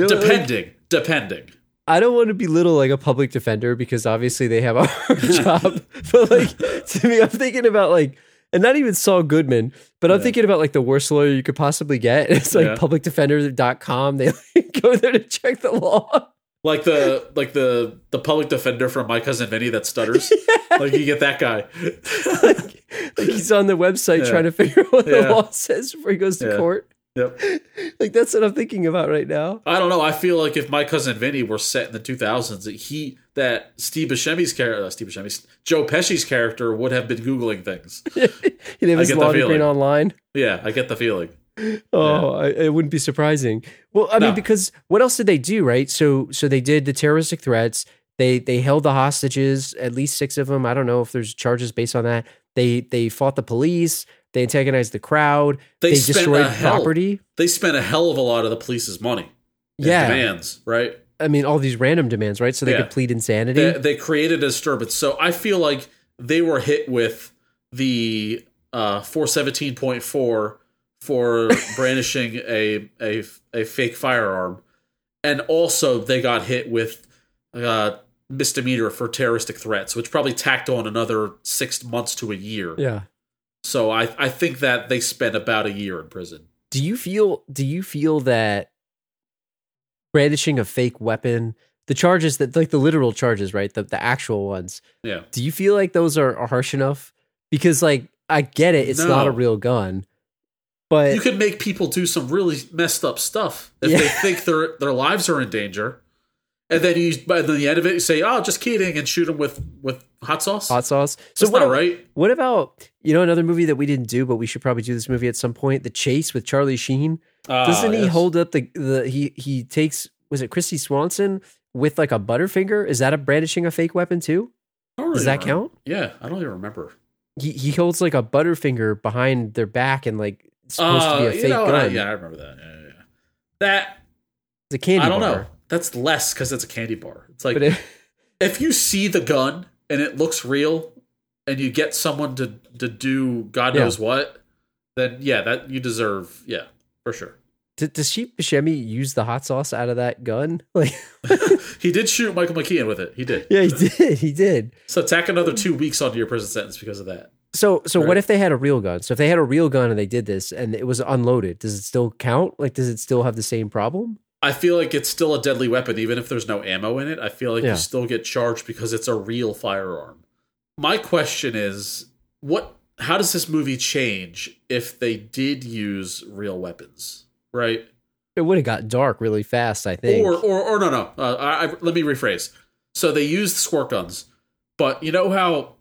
Speaker 4: know, like,
Speaker 3: Depending, depending.
Speaker 4: I don't want to belittle like a public defender because obviously they have a hard job. But like to me, I'm thinking about like, and not even Saul Goodman, but I'm thinking about like the worst lawyer you could possibly get. It's like
Speaker 3: Yeah.
Speaker 4: publicdefender.com. They like, go there to check the law.
Speaker 3: Like the like the the public defender from My Cousin Vinny that stutters. Like you get that guy.
Speaker 4: like, like he's on the website
Speaker 3: Yeah.
Speaker 4: trying to figure out what the
Speaker 3: Yeah.
Speaker 4: law says before he goes to
Speaker 3: Yeah.
Speaker 4: court.
Speaker 3: Yep.
Speaker 4: Like that's what I'm thinking about right now.
Speaker 3: I don't know. I feel like if my cousin Vinny were set in the 2000s, that he that Steve Buscemi's character, uh, Steve Buscemi's Joe Pesci's character would have been googling things.
Speaker 4: He'd have
Speaker 3: I
Speaker 4: his
Speaker 3: get that
Speaker 4: law degree
Speaker 3: feeling.
Speaker 4: online.
Speaker 3: Yeah, I get the feeling.
Speaker 4: Oh, I, it wouldn't be surprising. Well, I mean,
Speaker 3: No.
Speaker 4: because what else did they do, right? So, so they did the terroristic threats. They they held the hostages, at least six of them. I don't know if there's charges based on that. They they fought the police. They antagonized the crowd.
Speaker 3: They
Speaker 4: They,
Speaker 3: spent a
Speaker 4: destroyed
Speaker 3: hell-
Speaker 4: property.
Speaker 3: They spent a hell of a lot of the police's money. and
Speaker 4: Yeah,
Speaker 3: demands right.
Speaker 4: I mean, all these random demands, right? So they
Speaker 3: Yeah.
Speaker 4: could plead insanity.
Speaker 3: They, they created a disturbance. So I feel like they were hit with the uh, 417.4 for brandishing a, a a fake firearm, and also they got hit with uh, misdemeanor for terroristic threats, which probably tacked on another six months to a year.
Speaker 4: yeah.
Speaker 3: So I I think that they spent about a year in prison.
Speaker 4: do you feel do you feel that brandishing a fake weapon the charges that like the literal charges right the, the actual ones
Speaker 3: Yeah.
Speaker 4: do you feel like those are, are harsh enough because like i get it it's not a
Speaker 3: No.
Speaker 4: real gun but
Speaker 3: You can make people do some really messed up stuff if they
Speaker 4: Yeah.
Speaker 3: think their their lives are in danger, and then you by the end of it you say, "Oh, just kidding," and shoot them with with hot sauce.
Speaker 4: hot sauce so
Speaker 3: That's
Speaker 4: what,
Speaker 3: not right.
Speaker 4: what about you know another movie that we didn't do but we should probably do this movie at some point the chase with charlie sheen
Speaker 3: Ah,
Speaker 4: doesn't he hold up the, the he he takes was it christy swanson with like a butterfinger is that a brandishing a fake weapon too does that count
Speaker 3: Yeah, I don't even remember.
Speaker 4: he, he holds like a butterfinger behind their back and like it's supposed to be
Speaker 3: Uh,
Speaker 4: a fake
Speaker 3: you know, what?
Speaker 4: gun.
Speaker 3: I, yeah, I remember that. Yeah, yeah, yeah. That
Speaker 4: It's a candy
Speaker 3: I don't
Speaker 4: bar.
Speaker 3: know. That's less because it's a candy bar. It's like
Speaker 4: But it,
Speaker 3: if you see the gun and it looks real, and you get someone to to do God
Speaker 4: Yeah.
Speaker 3: knows what, then yeah, that you deserve. Yeah, for sure.
Speaker 4: did, does she Buscemi use the hot sauce out of that gun? Like,
Speaker 3: He did shoot Michael McKean with it. He did.
Speaker 4: yeah, he did. He did.
Speaker 3: So tack another two weeks onto your prison sentence because of that.
Speaker 4: So, so what
Speaker 3: Right.
Speaker 4: if they had a real gun? So, if they had a real gun and they did this and it was unloaded, does it still count? Like, does it still have the same problem?
Speaker 3: I feel like it's still a deadly weapon, even if there's no ammo in it. I feel like
Speaker 4: Yeah.
Speaker 3: you still get charged because it's a real firearm. My question is, what? How does this movie change if they did use real weapons, right?
Speaker 4: It would have got dark really fast, I think.
Speaker 3: Or, or, or no, no. Uh, I, I, let me rephrase. So they used squirt guns, but you know how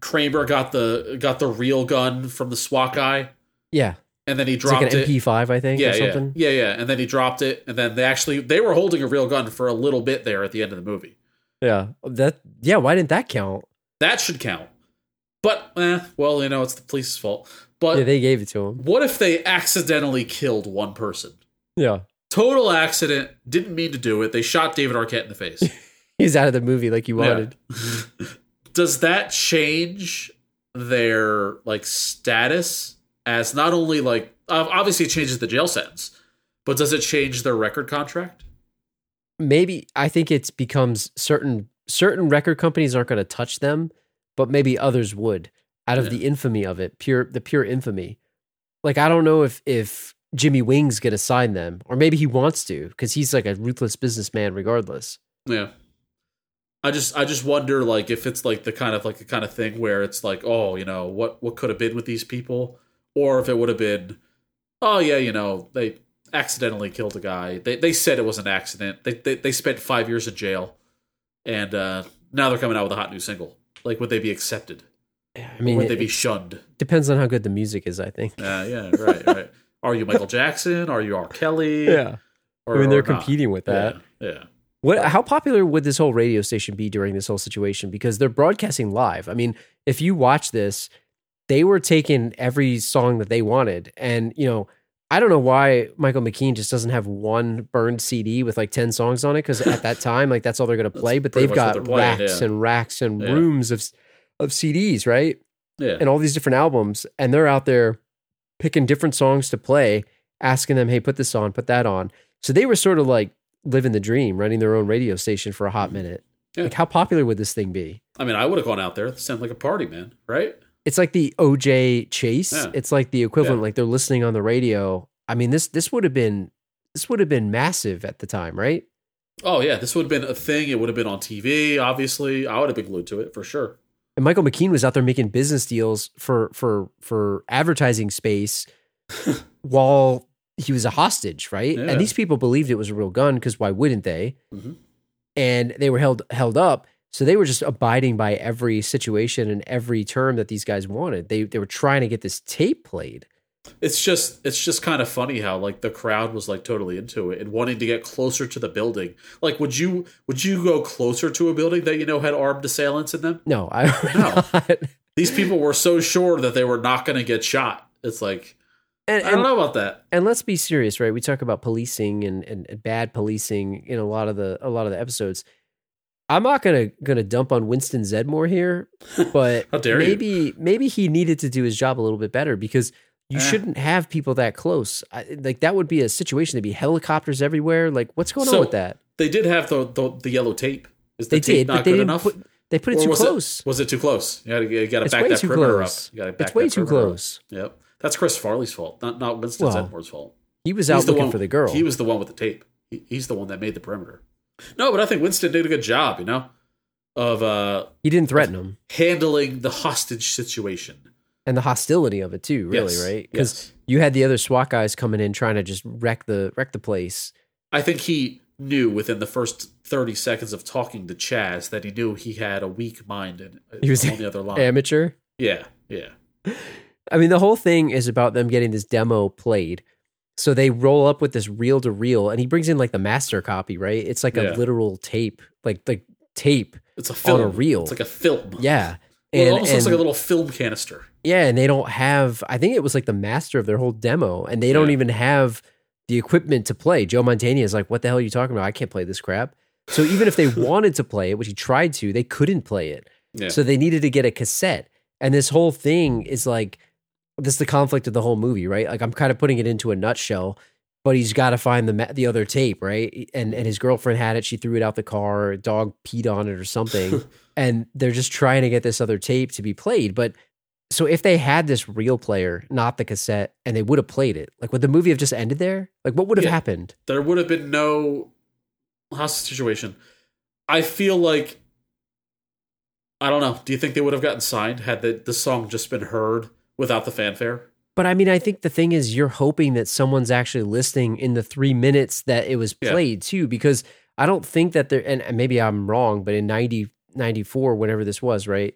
Speaker 3: Kramer got the got the real gun from the SWAT guy,
Speaker 4: yeah,
Speaker 3: and then he
Speaker 4: it's like
Speaker 3: dropped
Speaker 4: an
Speaker 3: it.
Speaker 4: MP5, I think,
Speaker 3: yeah,
Speaker 4: or something.
Speaker 3: Yeah, yeah, yeah. And then he dropped it, and then they actually they were holding a real gun for a little bit there at the end of the movie.
Speaker 4: Yeah. that. Yeah, why didn't that count?
Speaker 3: That should count. But eh, well, you know, it's the police's fault. But
Speaker 4: Yeah, they gave it to him.
Speaker 3: what if they accidentally killed one person?
Speaker 4: Yeah,
Speaker 3: Total accident, didn't mean to do it. They shot David Arquette in the face.
Speaker 4: he's out of the movie like you
Speaker 3: Yeah.
Speaker 4: wanted.
Speaker 3: Does that change their like status as not only like ob- obviously it changes the jail sentence, but does it change their record contract?
Speaker 4: maybe I think it becomes certain certain record companies aren't going to touch them, but maybe others would. out of
Speaker 3: Yeah.
Speaker 4: the infamy of it, pure the pure infamy. Like I don't know if if Jimmy Wing's gonna sign them, or maybe he wants to because he's like a ruthless businessman, regardless.
Speaker 3: Yeah. I just I just wonder like if it's like the kind of like the kind of thing where it's like, oh, you know, what what could have been with these people? Or if it would have been oh yeah, you know, they accidentally killed a guy. They they said it was an accident. They they, they spent five years in jail and uh now they're coming out with a hot new single. Like would they be accepted?
Speaker 4: I mean,
Speaker 3: would
Speaker 4: it,
Speaker 3: they be
Speaker 4: it
Speaker 3: shunned?
Speaker 4: depends on how good the music is. I think.
Speaker 3: Uh, yeah, right, right. Are you Michael Jackson? Are you R. Kelly?
Speaker 4: I mean, they're
Speaker 3: not?
Speaker 4: competing with that.
Speaker 3: Yeah. yeah.
Speaker 4: What? How popular would this whole radio station be during this whole situation? Because they're broadcasting live. I mean, if you watch this, they were taking every song that they wanted, and you know, I don't know why Michael McKean just doesn't have one burned CD with like ten songs on it. Because at that time, like that's all they're gonna play. But
Speaker 3: pretty
Speaker 4: they've
Speaker 3: much what
Speaker 4: got
Speaker 3: they're playing,
Speaker 4: racks
Speaker 3: yeah.
Speaker 4: and racks and
Speaker 3: Yeah.
Speaker 4: rooms of of CDs, right?
Speaker 3: Yeah.
Speaker 4: and all these different albums, and they're out there picking different songs to play, asking them, "Hey, put this on, put that on." So they were sort of like living the dream, running their own radio station for a hot minute.
Speaker 3: Mm-hmm. Yeah.
Speaker 4: Like, how popular would this thing be?
Speaker 3: I mean, I would have gone out there. It sounded like a party, man. Right?
Speaker 4: It's like the OJ Chase.
Speaker 3: Yeah.
Speaker 4: It's like the equivalent.
Speaker 3: Yeah.
Speaker 4: Like they're listening on the radio. I mean this this would have been this would have been massive at the time, right?
Speaker 3: Oh yeah, this would have been a thing. It would have been on TV. Obviously, I would have been glued to it for sure.
Speaker 4: And Michael McKean was out there making business deals for for for advertising space while he was a hostage, right?
Speaker 3: Yeah.
Speaker 4: And these people believed it was a real gun because why wouldn't they?
Speaker 3: Mhm.
Speaker 4: And they were held held up, so they were just abiding by every situation and every term that these guys wanted. They they were trying to get this tape played.
Speaker 3: It's just, it's just kind of funny how like the crowd was like totally into it and wanting to get closer to the building. Like, would you, would you go closer to a building that you know had armed assailants in them?
Speaker 4: No, I would
Speaker 3: No.
Speaker 4: not.
Speaker 3: These people were so sure that they were not going to get shot. It's like
Speaker 4: And,
Speaker 3: I don't
Speaker 4: and,
Speaker 3: know about that.
Speaker 4: and let's be serious, right? We talk about policing and, and, and bad policing in a lot of the a lot of the episodes. I'm not gonna gonna dump on Winston Zedmore here, but
Speaker 3: How dare you.
Speaker 4: maybe maybe he needed to do his job a little bit better because you
Speaker 3: Eh.
Speaker 4: shouldn't have people that close. I, like that would be a situation to be helicopters everywhere. Like what's going
Speaker 3: So,
Speaker 4: on with that?
Speaker 3: They did have the the, the yellow tape. Is the
Speaker 4: They
Speaker 3: tape
Speaker 4: did,
Speaker 3: not
Speaker 4: but they
Speaker 3: good
Speaker 4: didn't
Speaker 3: enough?
Speaker 4: put they put it
Speaker 3: Or
Speaker 4: too
Speaker 3: was
Speaker 4: close.
Speaker 3: It, was it too close? You got to got to
Speaker 4: it's
Speaker 3: back
Speaker 4: way
Speaker 3: that
Speaker 4: too
Speaker 3: perimeter
Speaker 4: close.
Speaker 3: up. You gotta back
Speaker 4: it's way
Speaker 3: that
Speaker 4: too
Speaker 3: perimeter up.
Speaker 4: close.
Speaker 3: Yep. That's Chris Farley's fault, not not Winston
Speaker 4: Well,
Speaker 3: Zedmore's fault.
Speaker 4: He was out
Speaker 3: He's
Speaker 4: looking
Speaker 3: one,
Speaker 4: for the girl.
Speaker 3: He was the one with the tape. He, he's the one that made the perimeter. No, but I think Winston did a good job, you know, of uh
Speaker 4: he didn't threaten him,
Speaker 3: handling the hostage situation.
Speaker 4: and the hostility of it too. Really,
Speaker 3: Yes,
Speaker 4: right? Because
Speaker 3: yes.
Speaker 4: you had the other SWAT guys coming in trying to just wreck the wreck the place.
Speaker 3: I think he knew within the first 30 seconds of talking to Chaz that he knew he had a weak mind and
Speaker 4: He was
Speaker 3: on the other line.
Speaker 4: Amateur.
Speaker 3: yeah, yeah.
Speaker 4: I mean, the whole thing is about them getting this demo played. So they roll up with this reel to reel, and he brings in like the master copy, right? It's like
Speaker 3: Yeah.
Speaker 4: a literal tape, like like tape.
Speaker 3: It's a film.
Speaker 4: a reel.
Speaker 3: It's like a film.
Speaker 4: Yeah,
Speaker 3: Well, it
Speaker 4: and,
Speaker 3: almost looks like
Speaker 4: and-
Speaker 3: a little film canister.
Speaker 4: yeah, and they don't have. I think it was like the master of their whole demo, and they don't
Speaker 3: Yeah.
Speaker 4: even have the equipment to play. Joe Montana is like, "What the hell are you talking about? I can't play this crap." So even if they wanted to play it, which he tried to, they couldn't play it.
Speaker 3: Yeah.
Speaker 4: So they needed to get a cassette. And this whole thing is like this is the conflict of the whole movie, right? Like I'm kind of putting it into a nutshell, but he's got to find the ma- the other tape, right? E, And and his girlfriend had it, she threw it out the car, a dog peed on it or something, and they're just trying to get this other tape to be played, but so if they had this real player, not the cassette, and they would have played it, like would the movie have just ended there? Like what would have
Speaker 3: Yeah.
Speaker 4: happened?
Speaker 3: there would have been no hostage situation. I feel like I don't know. Do you think they would have gotten signed had the, the song just been heard without the fanfare?
Speaker 4: But I mean, I think the thing is, you're hoping that someone's actually listening in the three minutes that it was
Speaker 3: Yeah.
Speaker 4: played too, because I don't think that there, and and maybe I'm wrong, but in 90, 94, whatever this was, right?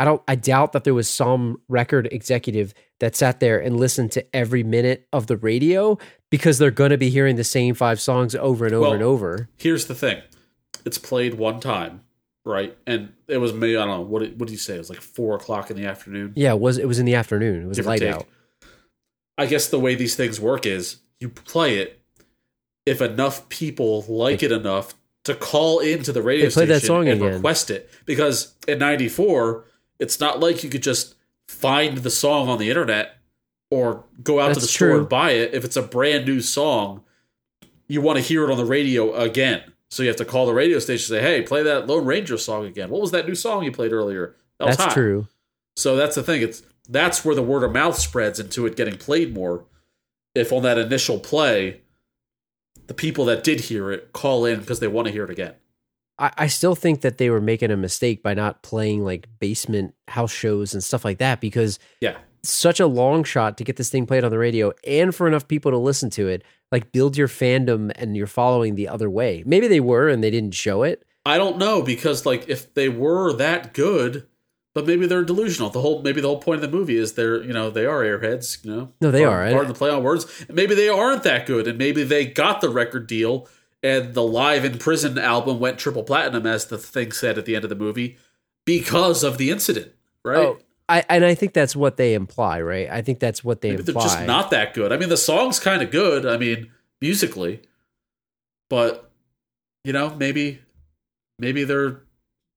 Speaker 4: I don't, I doubt that there was some record executive that sat there and listened to every minute of the radio because they're going to be hearing the same five songs over and over
Speaker 3: Well,
Speaker 4: and over.
Speaker 3: Here's the thing. It's played one time, right? And it was maybe I don't know, what did, what did you say? It was like four o'clock in the afternoon.
Speaker 4: Yeah, it was, it was in the afternoon. It was
Speaker 3: give or
Speaker 4: light
Speaker 3: take.
Speaker 4: out.
Speaker 3: I guess the way these things work is you play it. If enough people like it enough to call into the radio
Speaker 4: They play
Speaker 3: station
Speaker 4: that song
Speaker 3: and
Speaker 4: again.
Speaker 3: request it, because in '94 it's not like you could just find the song on the internet or go out to
Speaker 4: That's
Speaker 3: the store
Speaker 4: true.
Speaker 3: and buy it. If it's a brand new song, you want to hear it on the radio again. So you have to call the radio station and say, "Hey, play that Lone Ranger song again. What was that new song you played earlier?" That was
Speaker 4: That's
Speaker 3: hot."
Speaker 4: true.
Speaker 3: So that's the thing. It's that's where the word of mouth spreads into it getting played more. If on that initial play, the people that did hear it call in because they want to hear it again.
Speaker 4: I, I still think that they were making a mistake by not playing like basement house shows and stuff like that because
Speaker 3: Yeah.
Speaker 4: such a long shot to get this thing played on the radio and for enough people to listen to it. Like build your fandom and your following the other way. Maybe they were and they didn't show it.
Speaker 3: I don't know because like if they were that good, but maybe they're delusional. The whole maybe the whole point of the movie is they're you know they are airheads. You know
Speaker 4: No, they
Speaker 3: Pardon-
Speaker 4: are, and-
Speaker 3: Pardon the play on words. And maybe they aren't that good, and maybe they got the record deal, and the live in prison album went triple platinum, as the thing said at the end of the movie, because of the incident. Right?
Speaker 4: Oh, I and I think that's what they imply, right? I think that's what they
Speaker 3: Maybe they're
Speaker 4: imply.
Speaker 3: just not that good. I mean, the song's kind of good. I mean, musically, but you know, maybe maybe their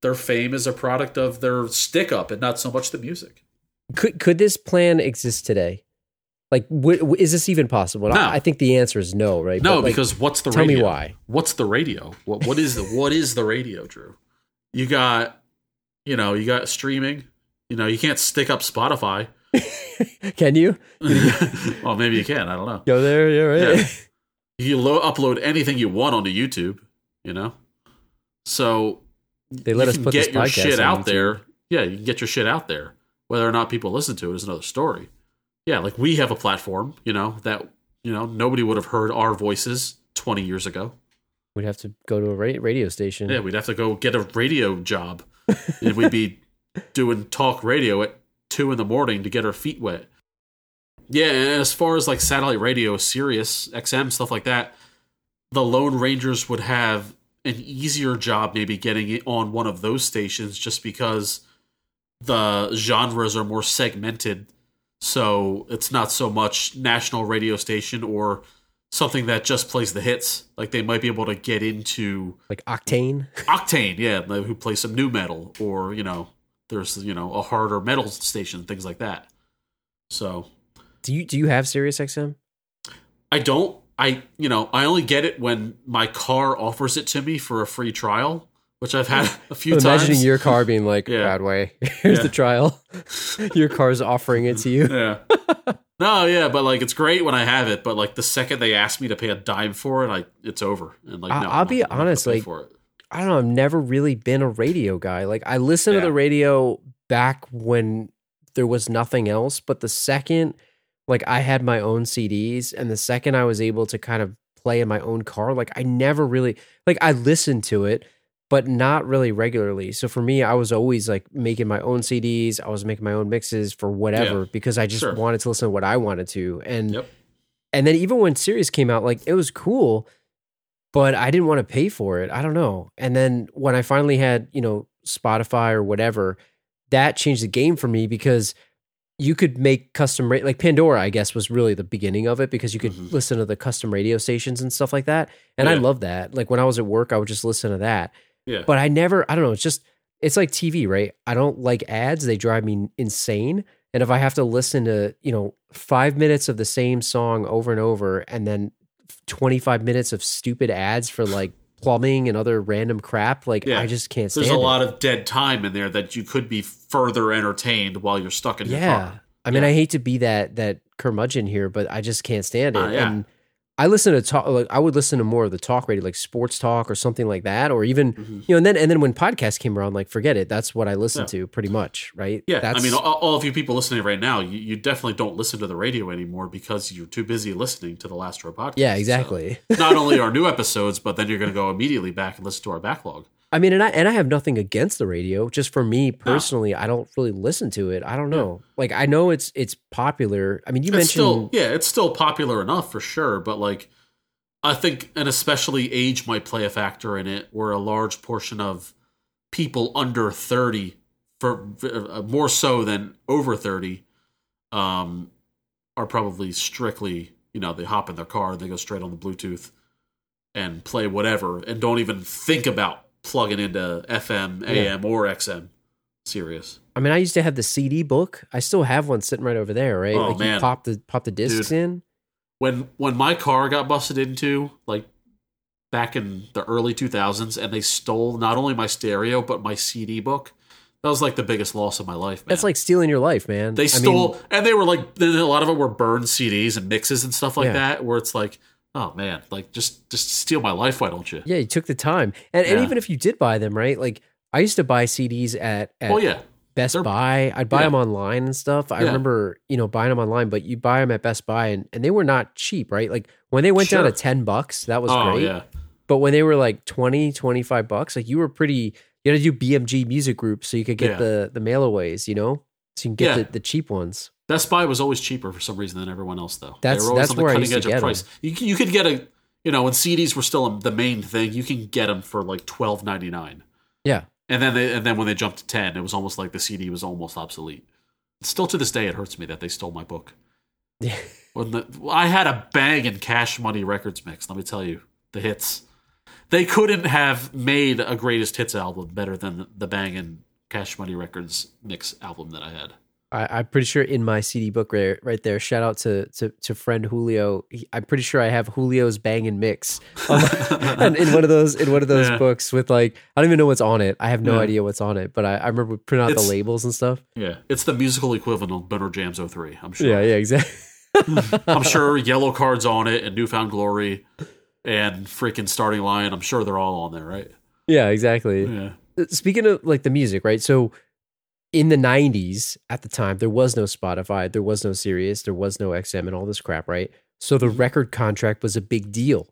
Speaker 3: their fame is a product of their stick up and not so much the music.
Speaker 4: could could this plan exist today? Like, w- w- is this even possible? And I-
Speaker 3: No.
Speaker 4: I, think the answer is no, right?
Speaker 3: No,
Speaker 4: But, like,
Speaker 3: because what's the
Speaker 4: tell me
Speaker 3: radio?
Speaker 4: why.
Speaker 3: What's the radio? What what is the what is the radio, Drew? You got you know, you got streaming. You know, you can't stick up Spotify.
Speaker 4: can you
Speaker 3: well, maybe you can, I don't know.
Speaker 4: go there? Yeah, right.
Speaker 3: Yeah. You lo- upload anything you want onto YouTube, you know? So
Speaker 4: they let
Speaker 3: you
Speaker 4: us
Speaker 3: can
Speaker 4: put
Speaker 3: get
Speaker 4: this
Speaker 3: your
Speaker 4: podcast
Speaker 3: shit
Speaker 4: on
Speaker 3: out
Speaker 4: YouTube.
Speaker 3: there. Yeah, you can get your shit out there. Whether or not people listen to it is another story. Yeah, like we have a platform, you know, that you know nobody would have heard our voices 20 years ago.
Speaker 4: We'd have to go to a ra- radio station.
Speaker 3: Yeah, we'd have to go get a radio job, and we'd be doing talk radio at two in the morning to get our feet wet. Yeah, and as far as like satellite radio, Sirius XM stuff like that, the Lone Rangers would have an easier job maybe getting it on one of those stations just because the genres are more segmented. So it's not so much national radio station or something that just plays the hits. Like they might be able to get into
Speaker 4: Like Octane.
Speaker 3: Octane, yeah, like, who plays some new metal, or you know, there's you know a harder metal station, things like that. So
Speaker 4: Do you do you have Sirius XM?
Speaker 3: I don't, I you know, I only get it when my car offers it to me for a free trial, which I've had a few
Speaker 4: I'm
Speaker 3: times.
Speaker 4: imagining your car being like
Speaker 3: Yeah.
Speaker 4: Radway. Here's
Speaker 3: Yeah.
Speaker 4: the trial. your car's offering it to you.
Speaker 3: yeah. No, yeah, but like it's great when I have it, but like the second they ask me to pay a dime for it, I it's over. And like,
Speaker 4: I-
Speaker 3: no,
Speaker 4: I'll
Speaker 3: I'm
Speaker 4: be
Speaker 3: not gonna
Speaker 4: honest,
Speaker 3: pay
Speaker 4: like,
Speaker 3: for it.
Speaker 4: I don't know. I've never really been a radio guy. Like I listened
Speaker 3: Yeah.
Speaker 4: to the radio back when there was nothing else. But the second, like I had my own CDs, and the second I was able to kind of play in my own car, like I never really like I listened to it, but not really regularly. So for me, I was always like making my own CDs. I was making my own mixes for whatever because I just
Speaker 3: Sure.
Speaker 4: wanted to listen to what I wanted to. And
Speaker 3: Yep.
Speaker 4: and then even when Sirius came out, like it was cool, but I didn't want to pay for it. I don't know. And then when I finally had, you know, Spotify or whatever, that changed the game for me because you could make custom rate like Pandora, I guess, was really the beginning of it because you could
Speaker 3: Mhm.
Speaker 4: listen to the custom radio stations and stuff like that. And I
Speaker 3: Yeah.
Speaker 4: love that. Like when I was at work, I would just listen to that.
Speaker 3: Yeah.
Speaker 4: But I never, I don't know, it's just it's like TV, right? I don't like ads. They drive me insane. And if I have to listen to, you know, five minutes of the same song over and over and then 25 minutes of stupid ads for like plumbing and other random crap, like
Speaker 3: Yeah.
Speaker 4: I just can't stand
Speaker 3: There's a
Speaker 4: it.
Speaker 3: lot of dead time in there that you could be further entertained while you're stuck in your
Speaker 4: yeah.
Speaker 3: car.
Speaker 4: I mean,
Speaker 3: Yeah.
Speaker 4: I hate to be that, that curmudgeon here, but I just can't stand it.
Speaker 3: Ah, yeah.
Speaker 4: And I listen to talk, like I would listen to more of the talk radio, like sports talk or something like that, or even,
Speaker 3: Mhm.
Speaker 4: you know, and then, and then when podcasts came around, like forget it. That's what I listen
Speaker 3: Yeah.
Speaker 4: to pretty much. Right.
Speaker 3: Yeah,
Speaker 4: That's,
Speaker 3: I mean, all, all of you people listening right now, you, you definitely don't listen to the radio anymore because you're too busy listening to the Last Row podcast.
Speaker 4: yeah, exactly.
Speaker 3: So, not only our new episodes, but then you're going to go immediately back and listen to our backlog.
Speaker 4: I mean, and I and I have nothing against the radio. Just for me personally, I don't really listen to it. I don't know. Like I know it's it's popular. I mean, you
Speaker 3: it's
Speaker 4: mentioned
Speaker 3: still, yeah, it's still popular enough for sure, but like, I think, and especially age might play a factor in it, where a large portion of people under 30, for uh, more so than over 30, um, are probably strictly, you know, they hop in their car, they go straight on the Bluetooth and play whatever and don't even think about plugging into FM, AM, or XM. Serious.
Speaker 4: I mean, I used to have the CD book. I still have one sitting right over there. Right?
Speaker 3: Oh,
Speaker 4: like you
Speaker 3: man.
Speaker 4: pop the pop the discs
Speaker 3: Dude.
Speaker 4: in.
Speaker 3: when when my car got busted into like back in the early 2000s and they stole not only my stereo but my CD book That was like the biggest loss of my life. Man.
Speaker 4: That's like stealing your life, man. I
Speaker 3: they
Speaker 4: mean,
Speaker 3: stole, and they were like. Then a lot of it were burned CDs and mixes and stuff like
Speaker 4: Yeah.
Speaker 3: that. Where it's like, oh man, like just just steal my life. Why don't you?
Speaker 4: yeah, you took the time, and, and
Speaker 3: Yeah.
Speaker 4: even if you did buy them, right? Like I used to buy CDs at, at
Speaker 3: Well, Oh, yeah,
Speaker 4: Best
Speaker 3: They're-
Speaker 4: Buy. I'd buy
Speaker 3: yeah.
Speaker 4: them online and stuff. I
Speaker 3: Yeah.
Speaker 4: remember, you know, buying them online, but you buy them at Best Buy and, and they were not cheap, right? Like when they went down
Speaker 3: Sure.
Speaker 4: to 10 bucks, that was
Speaker 3: oh
Speaker 4: great.
Speaker 3: yeah,
Speaker 4: But when they were like 20, 25 bucks, like you were pretty, you had to do BMG music group so you could get
Speaker 3: Yeah.
Speaker 4: the, the mail aways, you know? So you can get
Speaker 3: Yeah.
Speaker 4: the, the cheap ones.
Speaker 3: Best Buy was always cheaper for some reason than everyone else though.
Speaker 4: That's-
Speaker 3: they were always
Speaker 4: that's
Speaker 3: on the
Speaker 4: where I
Speaker 3: cutting
Speaker 4: used to
Speaker 3: edge
Speaker 4: get
Speaker 3: of price. You, c- you could get a, you know, when CDs were still the main thing, you can get them for like twelve ninety nine.
Speaker 4: Yeah.
Speaker 3: And then they, and then when they jumped to ten, it was almost like the CD was almost obsolete. Still to this day, it hurts me that they stole my book. When the, I had a bang in Cash Money Records mix. Let me tell you, the hits. They couldn't have made a greatest hits album better than the bang in Cash Money Records mix album that I had.
Speaker 4: I, I'm pretty sure in my CD book right, right there, shout out to, to, to friend Julio. He, I'm pretty sure I have Julio's Bang and Mix on- on- in one of those in one of those
Speaker 3: Yeah.
Speaker 4: books with like I don't even know what's on it. I have no
Speaker 3: Yeah.
Speaker 4: idea what's on it, but I, I remember printing out
Speaker 3: It's-
Speaker 4: the labels and stuff.
Speaker 3: Yeah, it's the musical equivalent of Better Jams 03, I'm sure.
Speaker 4: Yeah, yeah, exactly.
Speaker 3: I'm sure Yellow Card's on it and Newfound Glory and freaking Starting Line. I'm sure they're all on there, right?
Speaker 4: Yeah, exactly. Uh,
Speaker 3: Yeah.
Speaker 4: speaking of like the music, right? So in the 90s at the time, there was no Spotify, there was no Sirius, there was no XM and all this crap, right? So
Speaker 3: Mm-hmm.
Speaker 4: the record contract was a big deal.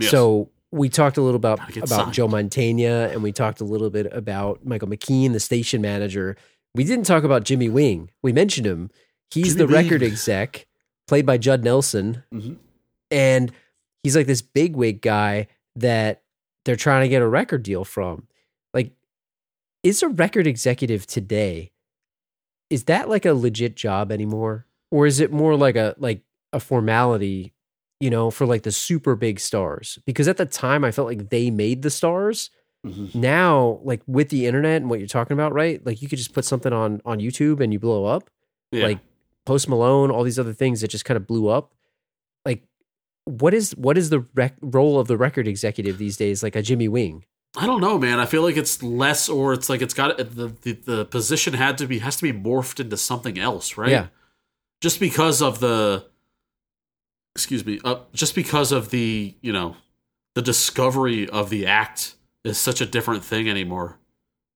Speaker 3: Yes.
Speaker 4: So we talked a little about
Speaker 3: Gotta get
Speaker 4: about
Speaker 3: signed.
Speaker 4: Joe Mantegna and we talked a little bit about Michael McKean, the station manager. We didn't talk about Jimmy Wing. We mentioned him. He's
Speaker 3: Jimmy
Speaker 4: the record
Speaker 3: Wing.
Speaker 4: exec played by Judd Nelson
Speaker 3: Mhm.
Speaker 4: and he's like this bigwig guy that they're trying to get a record deal from. Like, is a record executive today? Is that like a legit job anymore, or is it more like a like a formality? You know, for like the super big stars, because at the time I felt like they made the stars.
Speaker 3: Mhm.
Speaker 4: Now, like with the internet and what you're talking about, right? Like you could just put something on on YouTube and you blow up.
Speaker 3: Yeah.
Speaker 4: Like Post Malone, all these other things that just kind of blew up. Like, what is what is the rec- role of the record executive these days? Like a Jimmy Wing,
Speaker 3: I don't know, man. I feel like it's less, or it's like it's got the, the the position had to be has to be morphed into something else, right?
Speaker 4: Yeah.
Speaker 3: Just because of the, excuse me, uh, just because of the you know, the discovery of the act is such a different thing anymore.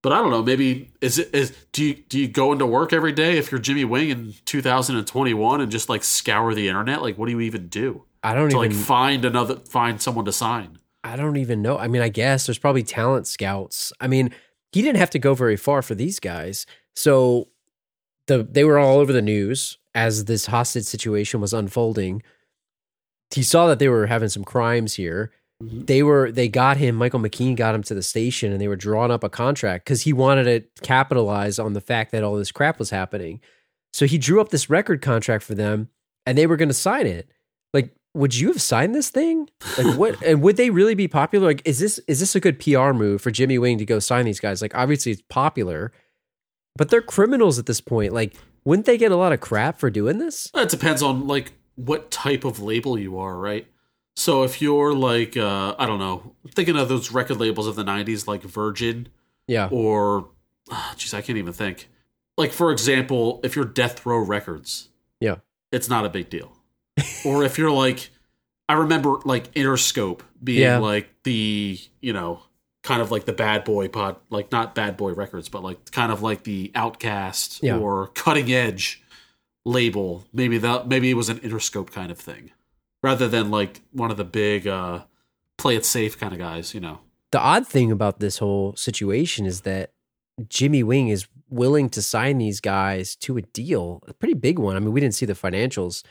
Speaker 3: But I don't know. Maybe is it is do you do you go into work every day if you're Jimmy Wing in 2021 and just like scour the internet? Like, what do you even do
Speaker 4: I don't
Speaker 3: to
Speaker 4: even
Speaker 3: like find another find someone to sign?
Speaker 4: I don't even know. I mean, I guess there's probably talent scouts. I mean, he didn't have to go very far for these guys. So the they were all over the news as this hostage situation was unfolding. He saw that they were having some crimes here.
Speaker 3: Mhm.
Speaker 4: They were they got him, Michael McKean got him to the station and they were drawing up a contract because he wanted to capitalize on the fact that all this crap was happening. So he drew up this record contract for them and they were gonna sign it. Like, would you have signed this thing? Like what and would they really be popular? Like is this is this a good PR move for Jimmy Wing to go sign these guys? Like obviously it's popular, but they're criminals at this point. Like wouldn't they get a lot of crap for doing this?
Speaker 3: It depends on like what type of label you are, right? So if you're like uh I don't know, I'm thinking of those record labels of the 90s like Virgin
Speaker 4: Yeah.
Speaker 3: or ah, jeez, I can't even think. Like for example, if you're Death Row Records,
Speaker 4: Yeah.
Speaker 3: it's not a big deal. or if you're like I remember like Interscope being
Speaker 4: Yeah.
Speaker 3: like the, you know, kind of like the bad boy pod like not bad boy records, but like kind of like the outcast
Speaker 4: Yeah.
Speaker 3: or cutting edge label. Maybe that maybe it was an Interscope kind of thing. Rather than like one of the big uh play it safe kind of guys, you know.
Speaker 4: The odd thing about this whole situation is that Jimmy Wing is willing to sign these guys to a deal, a pretty big one. I mean, we didn't see the financials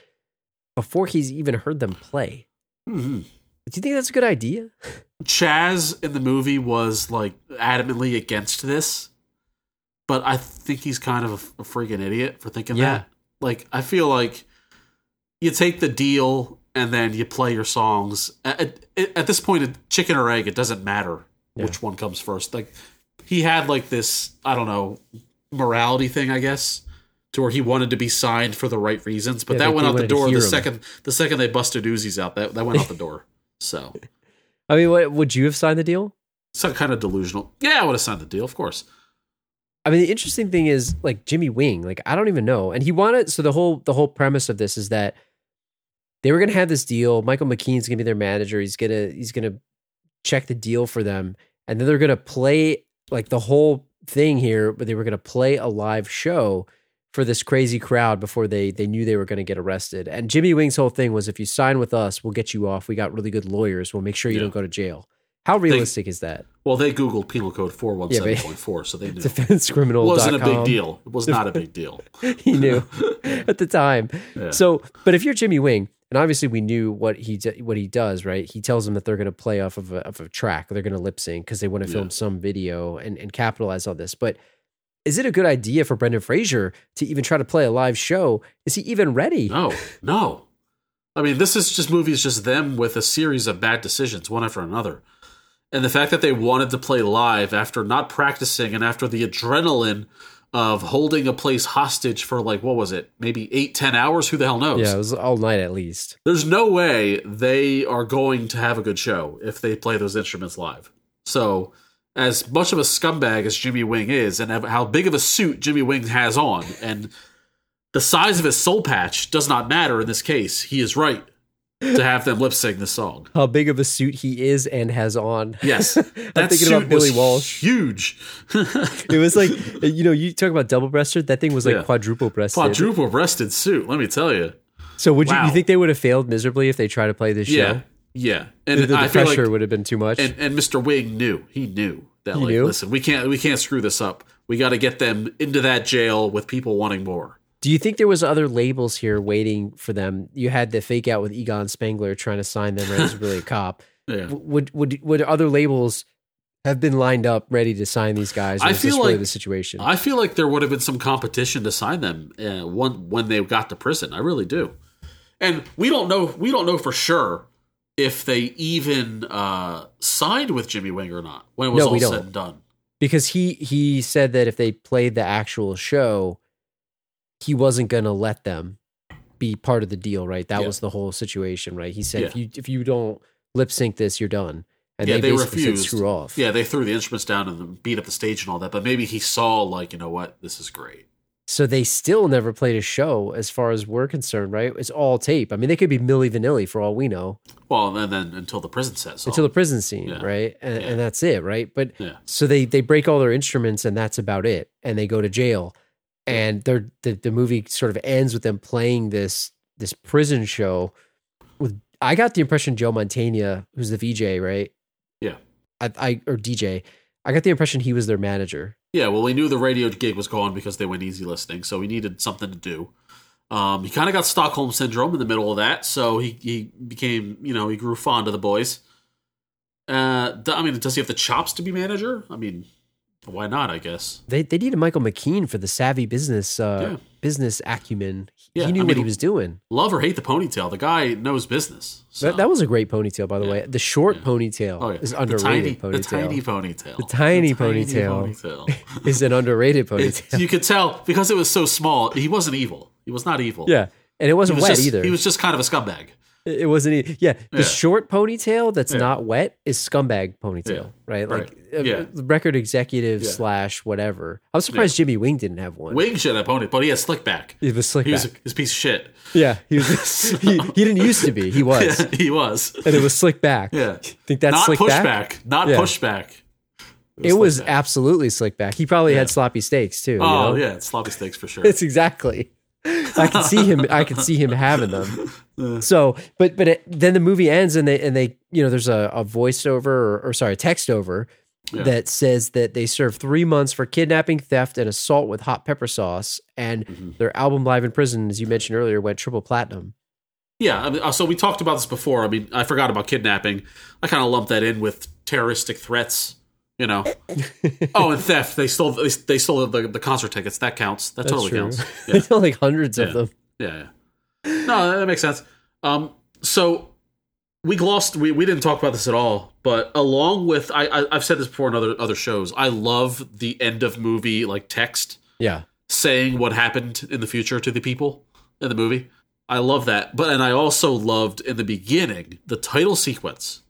Speaker 4: before he's even heard them play.
Speaker 3: Mm-hmm.
Speaker 4: Do you think that's a good idea?
Speaker 3: Chaz in the movie was like adamantly against this, but I think he's kind of a, a freaking idiot for thinking
Speaker 4: Yeah.
Speaker 3: that. Like, I feel like you take the deal and then you play your songs. At, at, at this point, chicken or egg, it doesn't matter
Speaker 4: Yeah.
Speaker 3: which one comes first. Like, he had like this, I don't know, morality thing, I guess, to where he wanted to be signed for the right reasons, but
Speaker 4: Yeah,
Speaker 3: that
Speaker 4: like
Speaker 3: went
Speaker 4: they
Speaker 3: out the
Speaker 4: wanted to
Speaker 3: door the
Speaker 4: hear him.
Speaker 3: second the second they busted Uzis out. That that went out the door. So.
Speaker 4: I mean, what, would you have signed the deal?
Speaker 3: some kind of delusional. Yeah, I would have signed the deal, of course.
Speaker 4: I mean, the interesting thing is like Jimmy Wing. Like I don't even know, and he wanted. So the whole the whole premise of this is that they were going to have this deal. Michael McKean's going to be their manager. He's gonna he's gonna check the deal for them, and then they're going to play like the whole thing here. But they were going to play a live show for this crazy crowd before they they knew they were going to get arrested. And Jimmy Wing's whole thing was, if you sign with us, we'll get you off. We got really good lawyers. We'll make sure you
Speaker 3: Yeah.
Speaker 4: don't go to jail. How realistic is that?
Speaker 3: Well, they Googled penal code 417.4, so they knew. It
Speaker 4: Defensecriminal.com.
Speaker 3: wasn't a big deal. It was not a big deal.
Speaker 4: he knew at the time.
Speaker 3: Yeah.
Speaker 4: So, but if you're Jimmy Wing, and obviously we knew what he d- what he does, right? He tells them that they're going to play off of a, of a track, they're going to lip sync because they want to
Speaker 3: Yeah.
Speaker 4: film some video and and capitalize on this. But is it a good idea for Brendan Fraser to even try to play a live show? Is he even ready?
Speaker 3: No, no. I mean, this is just movies, just them with a series of bad decisions, one after another. And the fact that they wanted to play live after not practicing and after the adrenaline of holding a place hostage for like what was it, maybe eight, ten hours? Who the hell knows?
Speaker 4: Yeah, it was all night at least.
Speaker 3: There's no way they are going to have a good show if they play those instruments live. So, as much of a scumbag as Jimmy Wing is, and of how big of a suit Jimmy Wing has on, and the size of his soul patch does not matter in this case. He is right to have them lip sync this song.
Speaker 4: How big of a suit he is and has on.
Speaker 3: Yes,
Speaker 4: I'm
Speaker 3: that
Speaker 4: thinking
Speaker 3: suit
Speaker 4: about Billy
Speaker 3: was
Speaker 4: Walsh.
Speaker 3: huge,
Speaker 4: It was like you know, you talk about double breasted. That thing was like
Speaker 3: Yeah.
Speaker 4: quadruple breasted.
Speaker 3: quadruple breasted suit. Let me tell you.
Speaker 4: So would you,
Speaker 3: Wow.
Speaker 4: you think they would have failed miserably if they tried to play this
Speaker 3: Yeah,
Speaker 4: show?
Speaker 3: yeah,
Speaker 4: The,
Speaker 3: and
Speaker 4: the
Speaker 3: I feel
Speaker 4: pressure
Speaker 3: like
Speaker 4: would have been too much.
Speaker 3: and and Mr. Wing knew. He knew that like
Speaker 4: knew?
Speaker 3: listen, we can't we can't screw this up. We got to get them into that jail with people wanting more.
Speaker 4: Do you think there was other labels here waiting for them? You had the fake out with Egon Spangler trying to sign them right as really a cop.
Speaker 3: Yeah.
Speaker 4: W- Would would would other labels have been lined up ready to sign these guys? Or
Speaker 3: I
Speaker 4: is this
Speaker 3: feel
Speaker 4: really
Speaker 3: like-
Speaker 4: the situation.
Speaker 3: I feel like there would have been some competition to sign them uh, one when they got to prison. I really do. And we don't know we don't know for sure if they even uh, signed with Jimmy Wing or not when it was
Speaker 4: No,
Speaker 3: all
Speaker 4: we
Speaker 3: said
Speaker 4: don't.
Speaker 3: and done.
Speaker 4: because he he said that if they played the actual show, he wasn't going to let them be part of the deal. Right, that
Speaker 3: Yeah.
Speaker 4: was the whole situation. Right, he said if
Speaker 3: Yeah.
Speaker 4: you if you don't lip sync this, you're done. And
Speaker 3: Yeah,
Speaker 4: they,
Speaker 3: they
Speaker 4: basically
Speaker 3: refused.
Speaker 4: said screw off.
Speaker 3: Yeah, they threw the instruments down and then beat up the stage and all that. But maybe he saw like you know what this is great.
Speaker 4: So they still never played a show as far as we're concerned, right? It's all tape. I mean, they could be Milli Vanilli for all we know
Speaker 3: Well, and then until the prison set song.
Speaker 4: until the prison scene,
Speaker 3: Yeah.
Speaker 4: right? And,
Speaker 3: Yeah.
Speaker 4: and that's it, right? But
Speaker 3: Yeah.
Speaker 4: so they they break all their instruments and that's about it. And they go to jail. And they're the, the movie sort of ends with them playing this this prison show with I got the impression Joe Montana, who's the VJ, right?
Speaker 3: Yeah.
Speaker 4: I, I or DJ, I got the impression he was their manager.
Speaker 3: Yeah, well, we knew the radio gig was gone because they went easy listening, so he needed something to do. Um, he kind of got Stockholm syndrome in the middle of that, so he he became you know he grew fond of the boys. Uh, d- I mean, does he have the chops to be manager? I mean, why not? I guess.
Speaker 4: They they needed Michael McKean for the savvy business uh,
Speaker 3: Yeah.
Speaker 4: business acumen. He-
Speaker 3: Yeah,
Speaker 4: he knew
Speaker 3: I
Speaker 4: what
Speaker 3: mean-
Speaker 4: he was doing.
Speaker 3: Love or hate the ponytail, the guy knows business. So.
Speaker 4: That, that was a great ponytail, by the
Speaker 3: Yeah.
Speaker 4: way. The short
Speaker 3: Yeah.
Speaker 4: ponytail
Speaker 3: Oh, yeah.
Speaker 4: is
Speaker 3: The
Speaker 4: underrated.
Speaker 3: tiny-
Speaker 4: ponytail
Speaker 3: The tiny ponytail.
Speaker 4: The tiny ponytail.
Speaker 3: ponytail.
Speaker 4: is an underrated
Speaker 3: It-
Speaker 4: ponytail.
Speaker 3: you could tell because it was so small. He wasn't evil. He was not evil.
Speaker 4: yeah, and it
Speaker 3: he
Speaker 4: wasn't
Speaker 3: was
Speaker 4: wet
Speaker 3: just,
Speaker 4: either.
Speaker 3: He was just kind of a scumbag.
Speaker 4: It it wasn't. e- Yeah, the
Speaker 3: Yeah.
Speaker 4: short ponytail that's
Speaker 3: Yeah.
Speaker 4: not wet is scumbag ponytail,
Speaker 3: Yeah.
Speaker 4: right? Like
Speaker 3: Right.
Speaker 4: uh,
Speaker 3: Yeah.
Speaker 4: record executive
Speaker 3: Yeah.
Speaker 4: slash whatever. I'm surprised Jimmy Wing didn't have one.
Speaker 3: Wing should have owned it, but he had slick back.
Speaker 4: He was slick
Speaker 3: He was a,
Speaker 4: back.
Speaker 3: he was a piece of shit.
Speaker 4: yeah, he was. he, he didn't used to be. He was,
Speaker 3: Yeah, he was.
Speaker 4: and it was slick back.
Speaker 3: Yeah.
Speaker 4: Think that's
Speaker 3: not
Speaker 4: slick
Speaker 3: pushback.
Speaker 4: back?
Speaker 3: Not
Speaker 4: Yeah.
Speaker 3: pushback.
Speaker 4: It was
Speaker 3: slick back.
Speaker 4: absolutely slick back. He probably had sloppy steaks too. you
Speaker 3: Oh
Speaker 4: know?
Speaker 3: yeah, it's sloppy steaks for sure.
Speaker 4: It's exactly. I can see him. I can see him having them. So, but but it, then the movie ends and they and they you know there's a, a voiceover or, or sorry a text over
Speaker 3: Yeah.
Speaker 4: that says that they serve three months for kidnapping, theft, and assault with hot pepper sauce, and
Speaker 3: Mm-hmm.
Speaker 4: their album Live in Prison, as you mentioned earlier, went triple platinum.
Speaker 3: yeah. I mean, uh, so we talked about this before. I mean, I forgot about kidnapping. I kind of lumped that in with terroristic threats. You know. oh, and theft. They stole. They, they stole the, the concert tickets. That counts. That totally counts. Yeah.
Speaker 4: There's like hundreds of
Speaker 3: Yeah.
Speaker 4: them.
Speaker 3: Yeah, yeah. No, that- that makes sense. Um, so we glossed. We, we didn't talk about this at all. But along with, I, I I've said this before in other other shows. I love the end of movie like text
Speaker 4: Yeah,
Speaker 3: saying what happened in the future to the people in the movie. I love that. But and I also loved in the beginning the title sequence.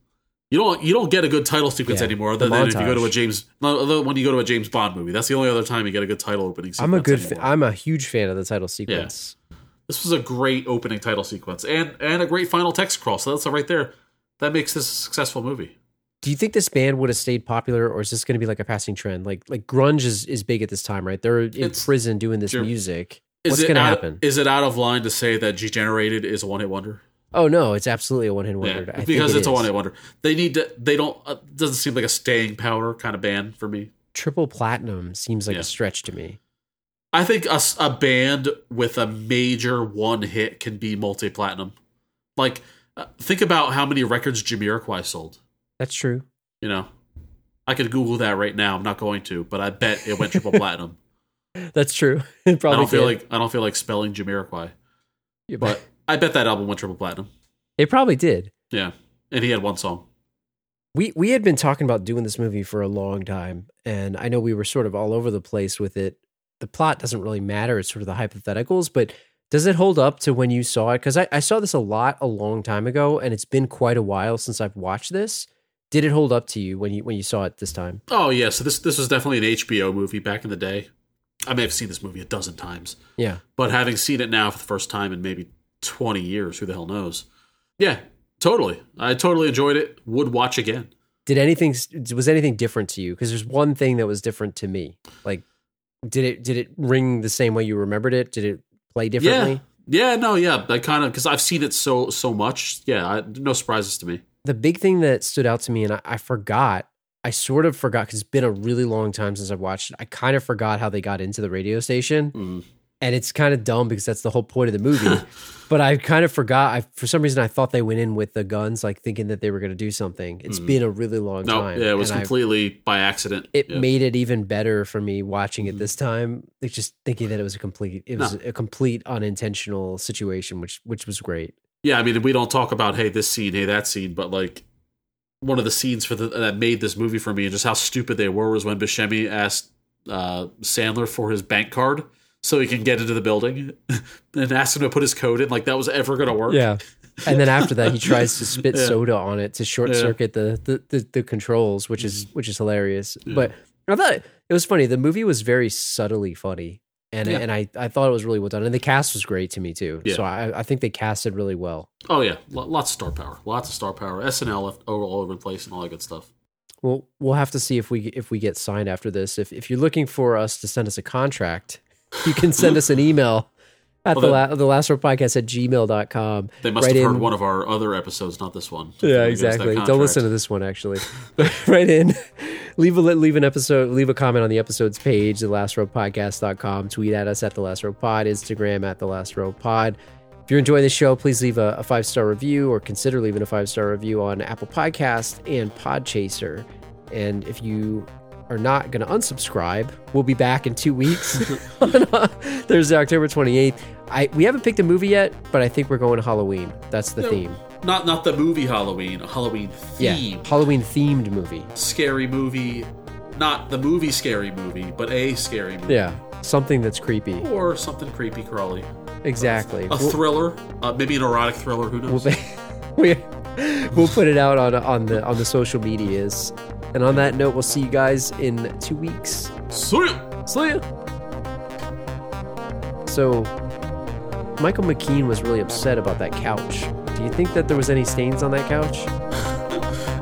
Speaker 3: You don't you don't get a good title sequence
Speaker 4: Yeah,
Speaker 3: anymore
Speaker 4: the
Speaker 3: other than if you go to a
Speaker 4: montage.
Speaker 3: James no, other than when you go to a James Bond movie. That's the only other time you get a good title opening. sequence
Speaker 4: I'm a good.
Speaker 3: anymore.
Speaker 4: Fa- I'm a huge fan of the title sequence.
Speaker 3: this was a great opening title sequence and and a great final text crawl. So that's right there. That makes this a successful movie.
Speaker 4: Do you think this band would have stayed popular, or is this going to be like a passing trend? Like like grunge is, is big at this time, right? They're in
Speaker 3: It's-
Speaker 4: prison doing this
Speaker 3: Sure.
Speaker 4: music.
Speaker 3: Is
Speaker 4: What's
Speaker 3: it
Speaker 4: going to
Speaker 3: out-
Speaker 4: happen?
Speaker 3: Is it out of line to say that G Generated is a one hit wonder?
Speaker 4: oh no, it's absolutely a one hit
Speaker 3: Yeah,
Speaker 4: wonder. I think
Speaker 3: because
Speaker 4: it
Speaker 3: it's a
Speaker 4: is.
Speaker 3: one hit wonder. They need to. They don't. Uh, doesn't seem like a staying power kind of band for me.
Speaker 4: Triple platinum seems like
Speaker 3: Yeah.
Speaker 4: a stretch to me.
Speaker 3: I think a, s- a band with a major one hit can be multi platinum. Like, uh, think about how many records Jamiroquai sold.
Speaker 4: That's true.
Speaker 3: You know, I could Google that right now. I'm not going to, but I bet it went triple platinum.
Speaker 4: That's true. It
Speaker 3: I
Speaker 4: probably
Speaker 3: don't feel
Speaker 4: did.
Speaker 3: like I don't feel like spelling Jamiroquai,
Speaker 4: Yeah,
Speaker 3: but I bet that album went triple platinum.
Speaker 4: it probably did.
Speaker 3: Yeah, and he had one song.
Speaker 4: We we had been talking about doing this movie for a long time, and I know we were sort of all over the place with it. The plot doesn't really matter; it's sort of the hypotheticals. But does it hold up to when you saw it? Because I, I saw this a lot a long time ago, and it's been quite a while since I've watched this. Did it hold up to you when you when you saw it this time?
Speaker 3: Oh yeah, so this this was definitely an HBO movie back in the day. I may have seen this movie a dozen times,
Speaker 4: Yeah,
Speaker 3: but having seen it now for the first time in maybe 20 years, who the hell knows? Yeah, totally. I totally enjoyed it. Would watch again.
Speaker 4: did anything was anything different to you? Because there's one thing that was different to me. Like, did it did it ring the same way you remembered it? Did it play differently?
Speaker 3: Yeah. Yeah, no, yeah, I kind of because I've seen it so so much. Yeah, I, no surprises to me.
Speaker 4: the big thing that stood out to me, and I, I forgot, I sort of forgot because it's been a really long time since I've watched it. I kind of forgot how they got into the radio station,
Speaker 3: Mm.
Speaker 4: and it's kind of dumb because that's the whole point of the movie. but I kind of forgot. I for some reason I thought they went in with the guns, like thinking that they were going to do something. It's
Speaker 3: Mhm.
Speaker 4: been a really long
Speaker 3: No,
Speaker 4: time.
Speaker 3: yeah, it was
Speaker 4: and I-
Speaker 3: completely by accident.
Speaker 4: it
Speaker 3: yeah. Mm-hmm.
Speaker 4: made it even better for me watching it this time. Like just thinking that it was a complete, it was a complete unintentional situation, which which was great.
Speaker 3: yeah, I mean, we don't talk about hey this scene, hey that scene, but like one of the scenes for the, that made this movie for me and just how stupid they were was when Buscemi asked uh, Sandler for his bank card so he can get into the building and asked him to put his code in. Like that was ever going to work.
Speaker 4: Yeah. And then after that, he tries to spit
Speaker 3: Yeah.
Speaker 4: soda on it to short
Speaker 3: Yeah. Mm.
Speaker 4: circuit the, the, the, the controls, which is which is hilarious. But I thought it was funny. The movie was very subtly funny, and
Speaker 3: Yeah.
Speaker 4: and I, I thought it was really well done. And the cast was great to me too.
Speaker 3: Yeah.
Speaker 4: So I, I think they casted really well.
Speaker 3: Oh yeah, Lo- lots of star power, lots of star power. SNL left over all over the place and all that good stuff.
Speaker 4: Well, we'll have to see if we if we get signed after this. If if you're looking for us to send us a contract, you can send us an email at
Speaker 3: Well,
Speaker 4: the, la- the last word podcast at gmail.com.
Speaker 3: They must
Speaker 4: Write
Speaker 3: have heard
Speaker 4: in-
Speaker 3: one of our other episodes, not this one.
Speaker 4: Yeah, exactly. Don't listen to this one actually. right in. Leave a leave an episode, leave a comment on the episode's page, the last row podcast.com. Tweet at us at the last row pod, Instagram at the last row pod. If you're enjoying the show, please leave a, a five star review or consider leaving a five star review on Apple Podcast and Podchaser. And if you are not going to unsubscribe, we'll be back in two weeks. on, uh, Thursday, October 28th. I we haven't picked a movie yet, but I think we're going Halloween. That's the theme.
Speaker 3: Not not the movie Halloween, a Halloween
Speaker 4: Yeah,
Speaker 3: theme.
Speaker 4: Halloween themed movie.
Speaker 3: scary movie, not the movie scary movie, but a scary movie.
Speaker 4: Yeah, something that's creepy.
Speaker 3: Or something creepy crawly.
Speaker 4: Exactly.
Speaker 3: A
Speaker 4: We'll,
Speaker 3: thriller, uh, maybe an erotic thriller, who
Speaker 4: we'll,
Speaker 3: knows?
Speaker 4: be- we'll put it out on on the on the social medias. And on that note, we'll see you guys in two weeks.
Speaker 3: See ya!
Speaker 4: See ya. So, Michael McKean was really upset about that couch. Do you think that there was any stains on that couch?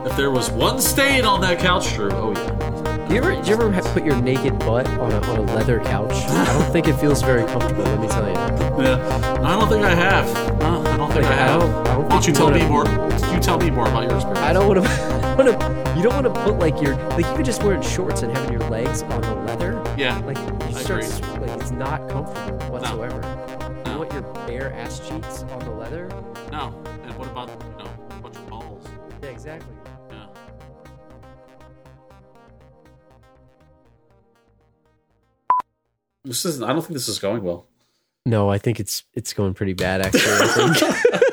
Speaker 3: If there was one stain on that couch, sure. Oh, yeah.
Speaker 4: Do you ever, do you ever ha- put your naked butt on a, on a leather couch? I don't think it feels very comfortable. Let me tell you.
Speaker 3: yeah. I don't think I have. Uh, I don't think I
Speaker 4: Like, I
Speaker 3: have.
Speaker 4: don't- I don't
Speaker 3: Why don't
Speaker 4: think
Speaker 3: you
Speaker 4: you
Speaker 3: tell
Speaker 4: wanna-
Speaker 3: me more? You tell me more about your experience.
Speaker 4: I don't want to. want to. You don't want to put like your like you could just wear it shorts and having your legs on the leather.
Speaker 3: Yeah.
Speaker 4: Like you
Speaker 3: I
Speaker 4: start
Speaker 3: agree.
Speaker 4: sw- like it's not comfortable whatsoever. You want your bare ass cheeks on the leather?
Speaker 3: No. And what about, you know, a bunch of balls?
Speaker 4: Yeah, exactly.
Speaker 3: Yeah. This isn't, I don't think this is going well.
Speaker 4: No, I think it's it's going pretty bad actually. I think.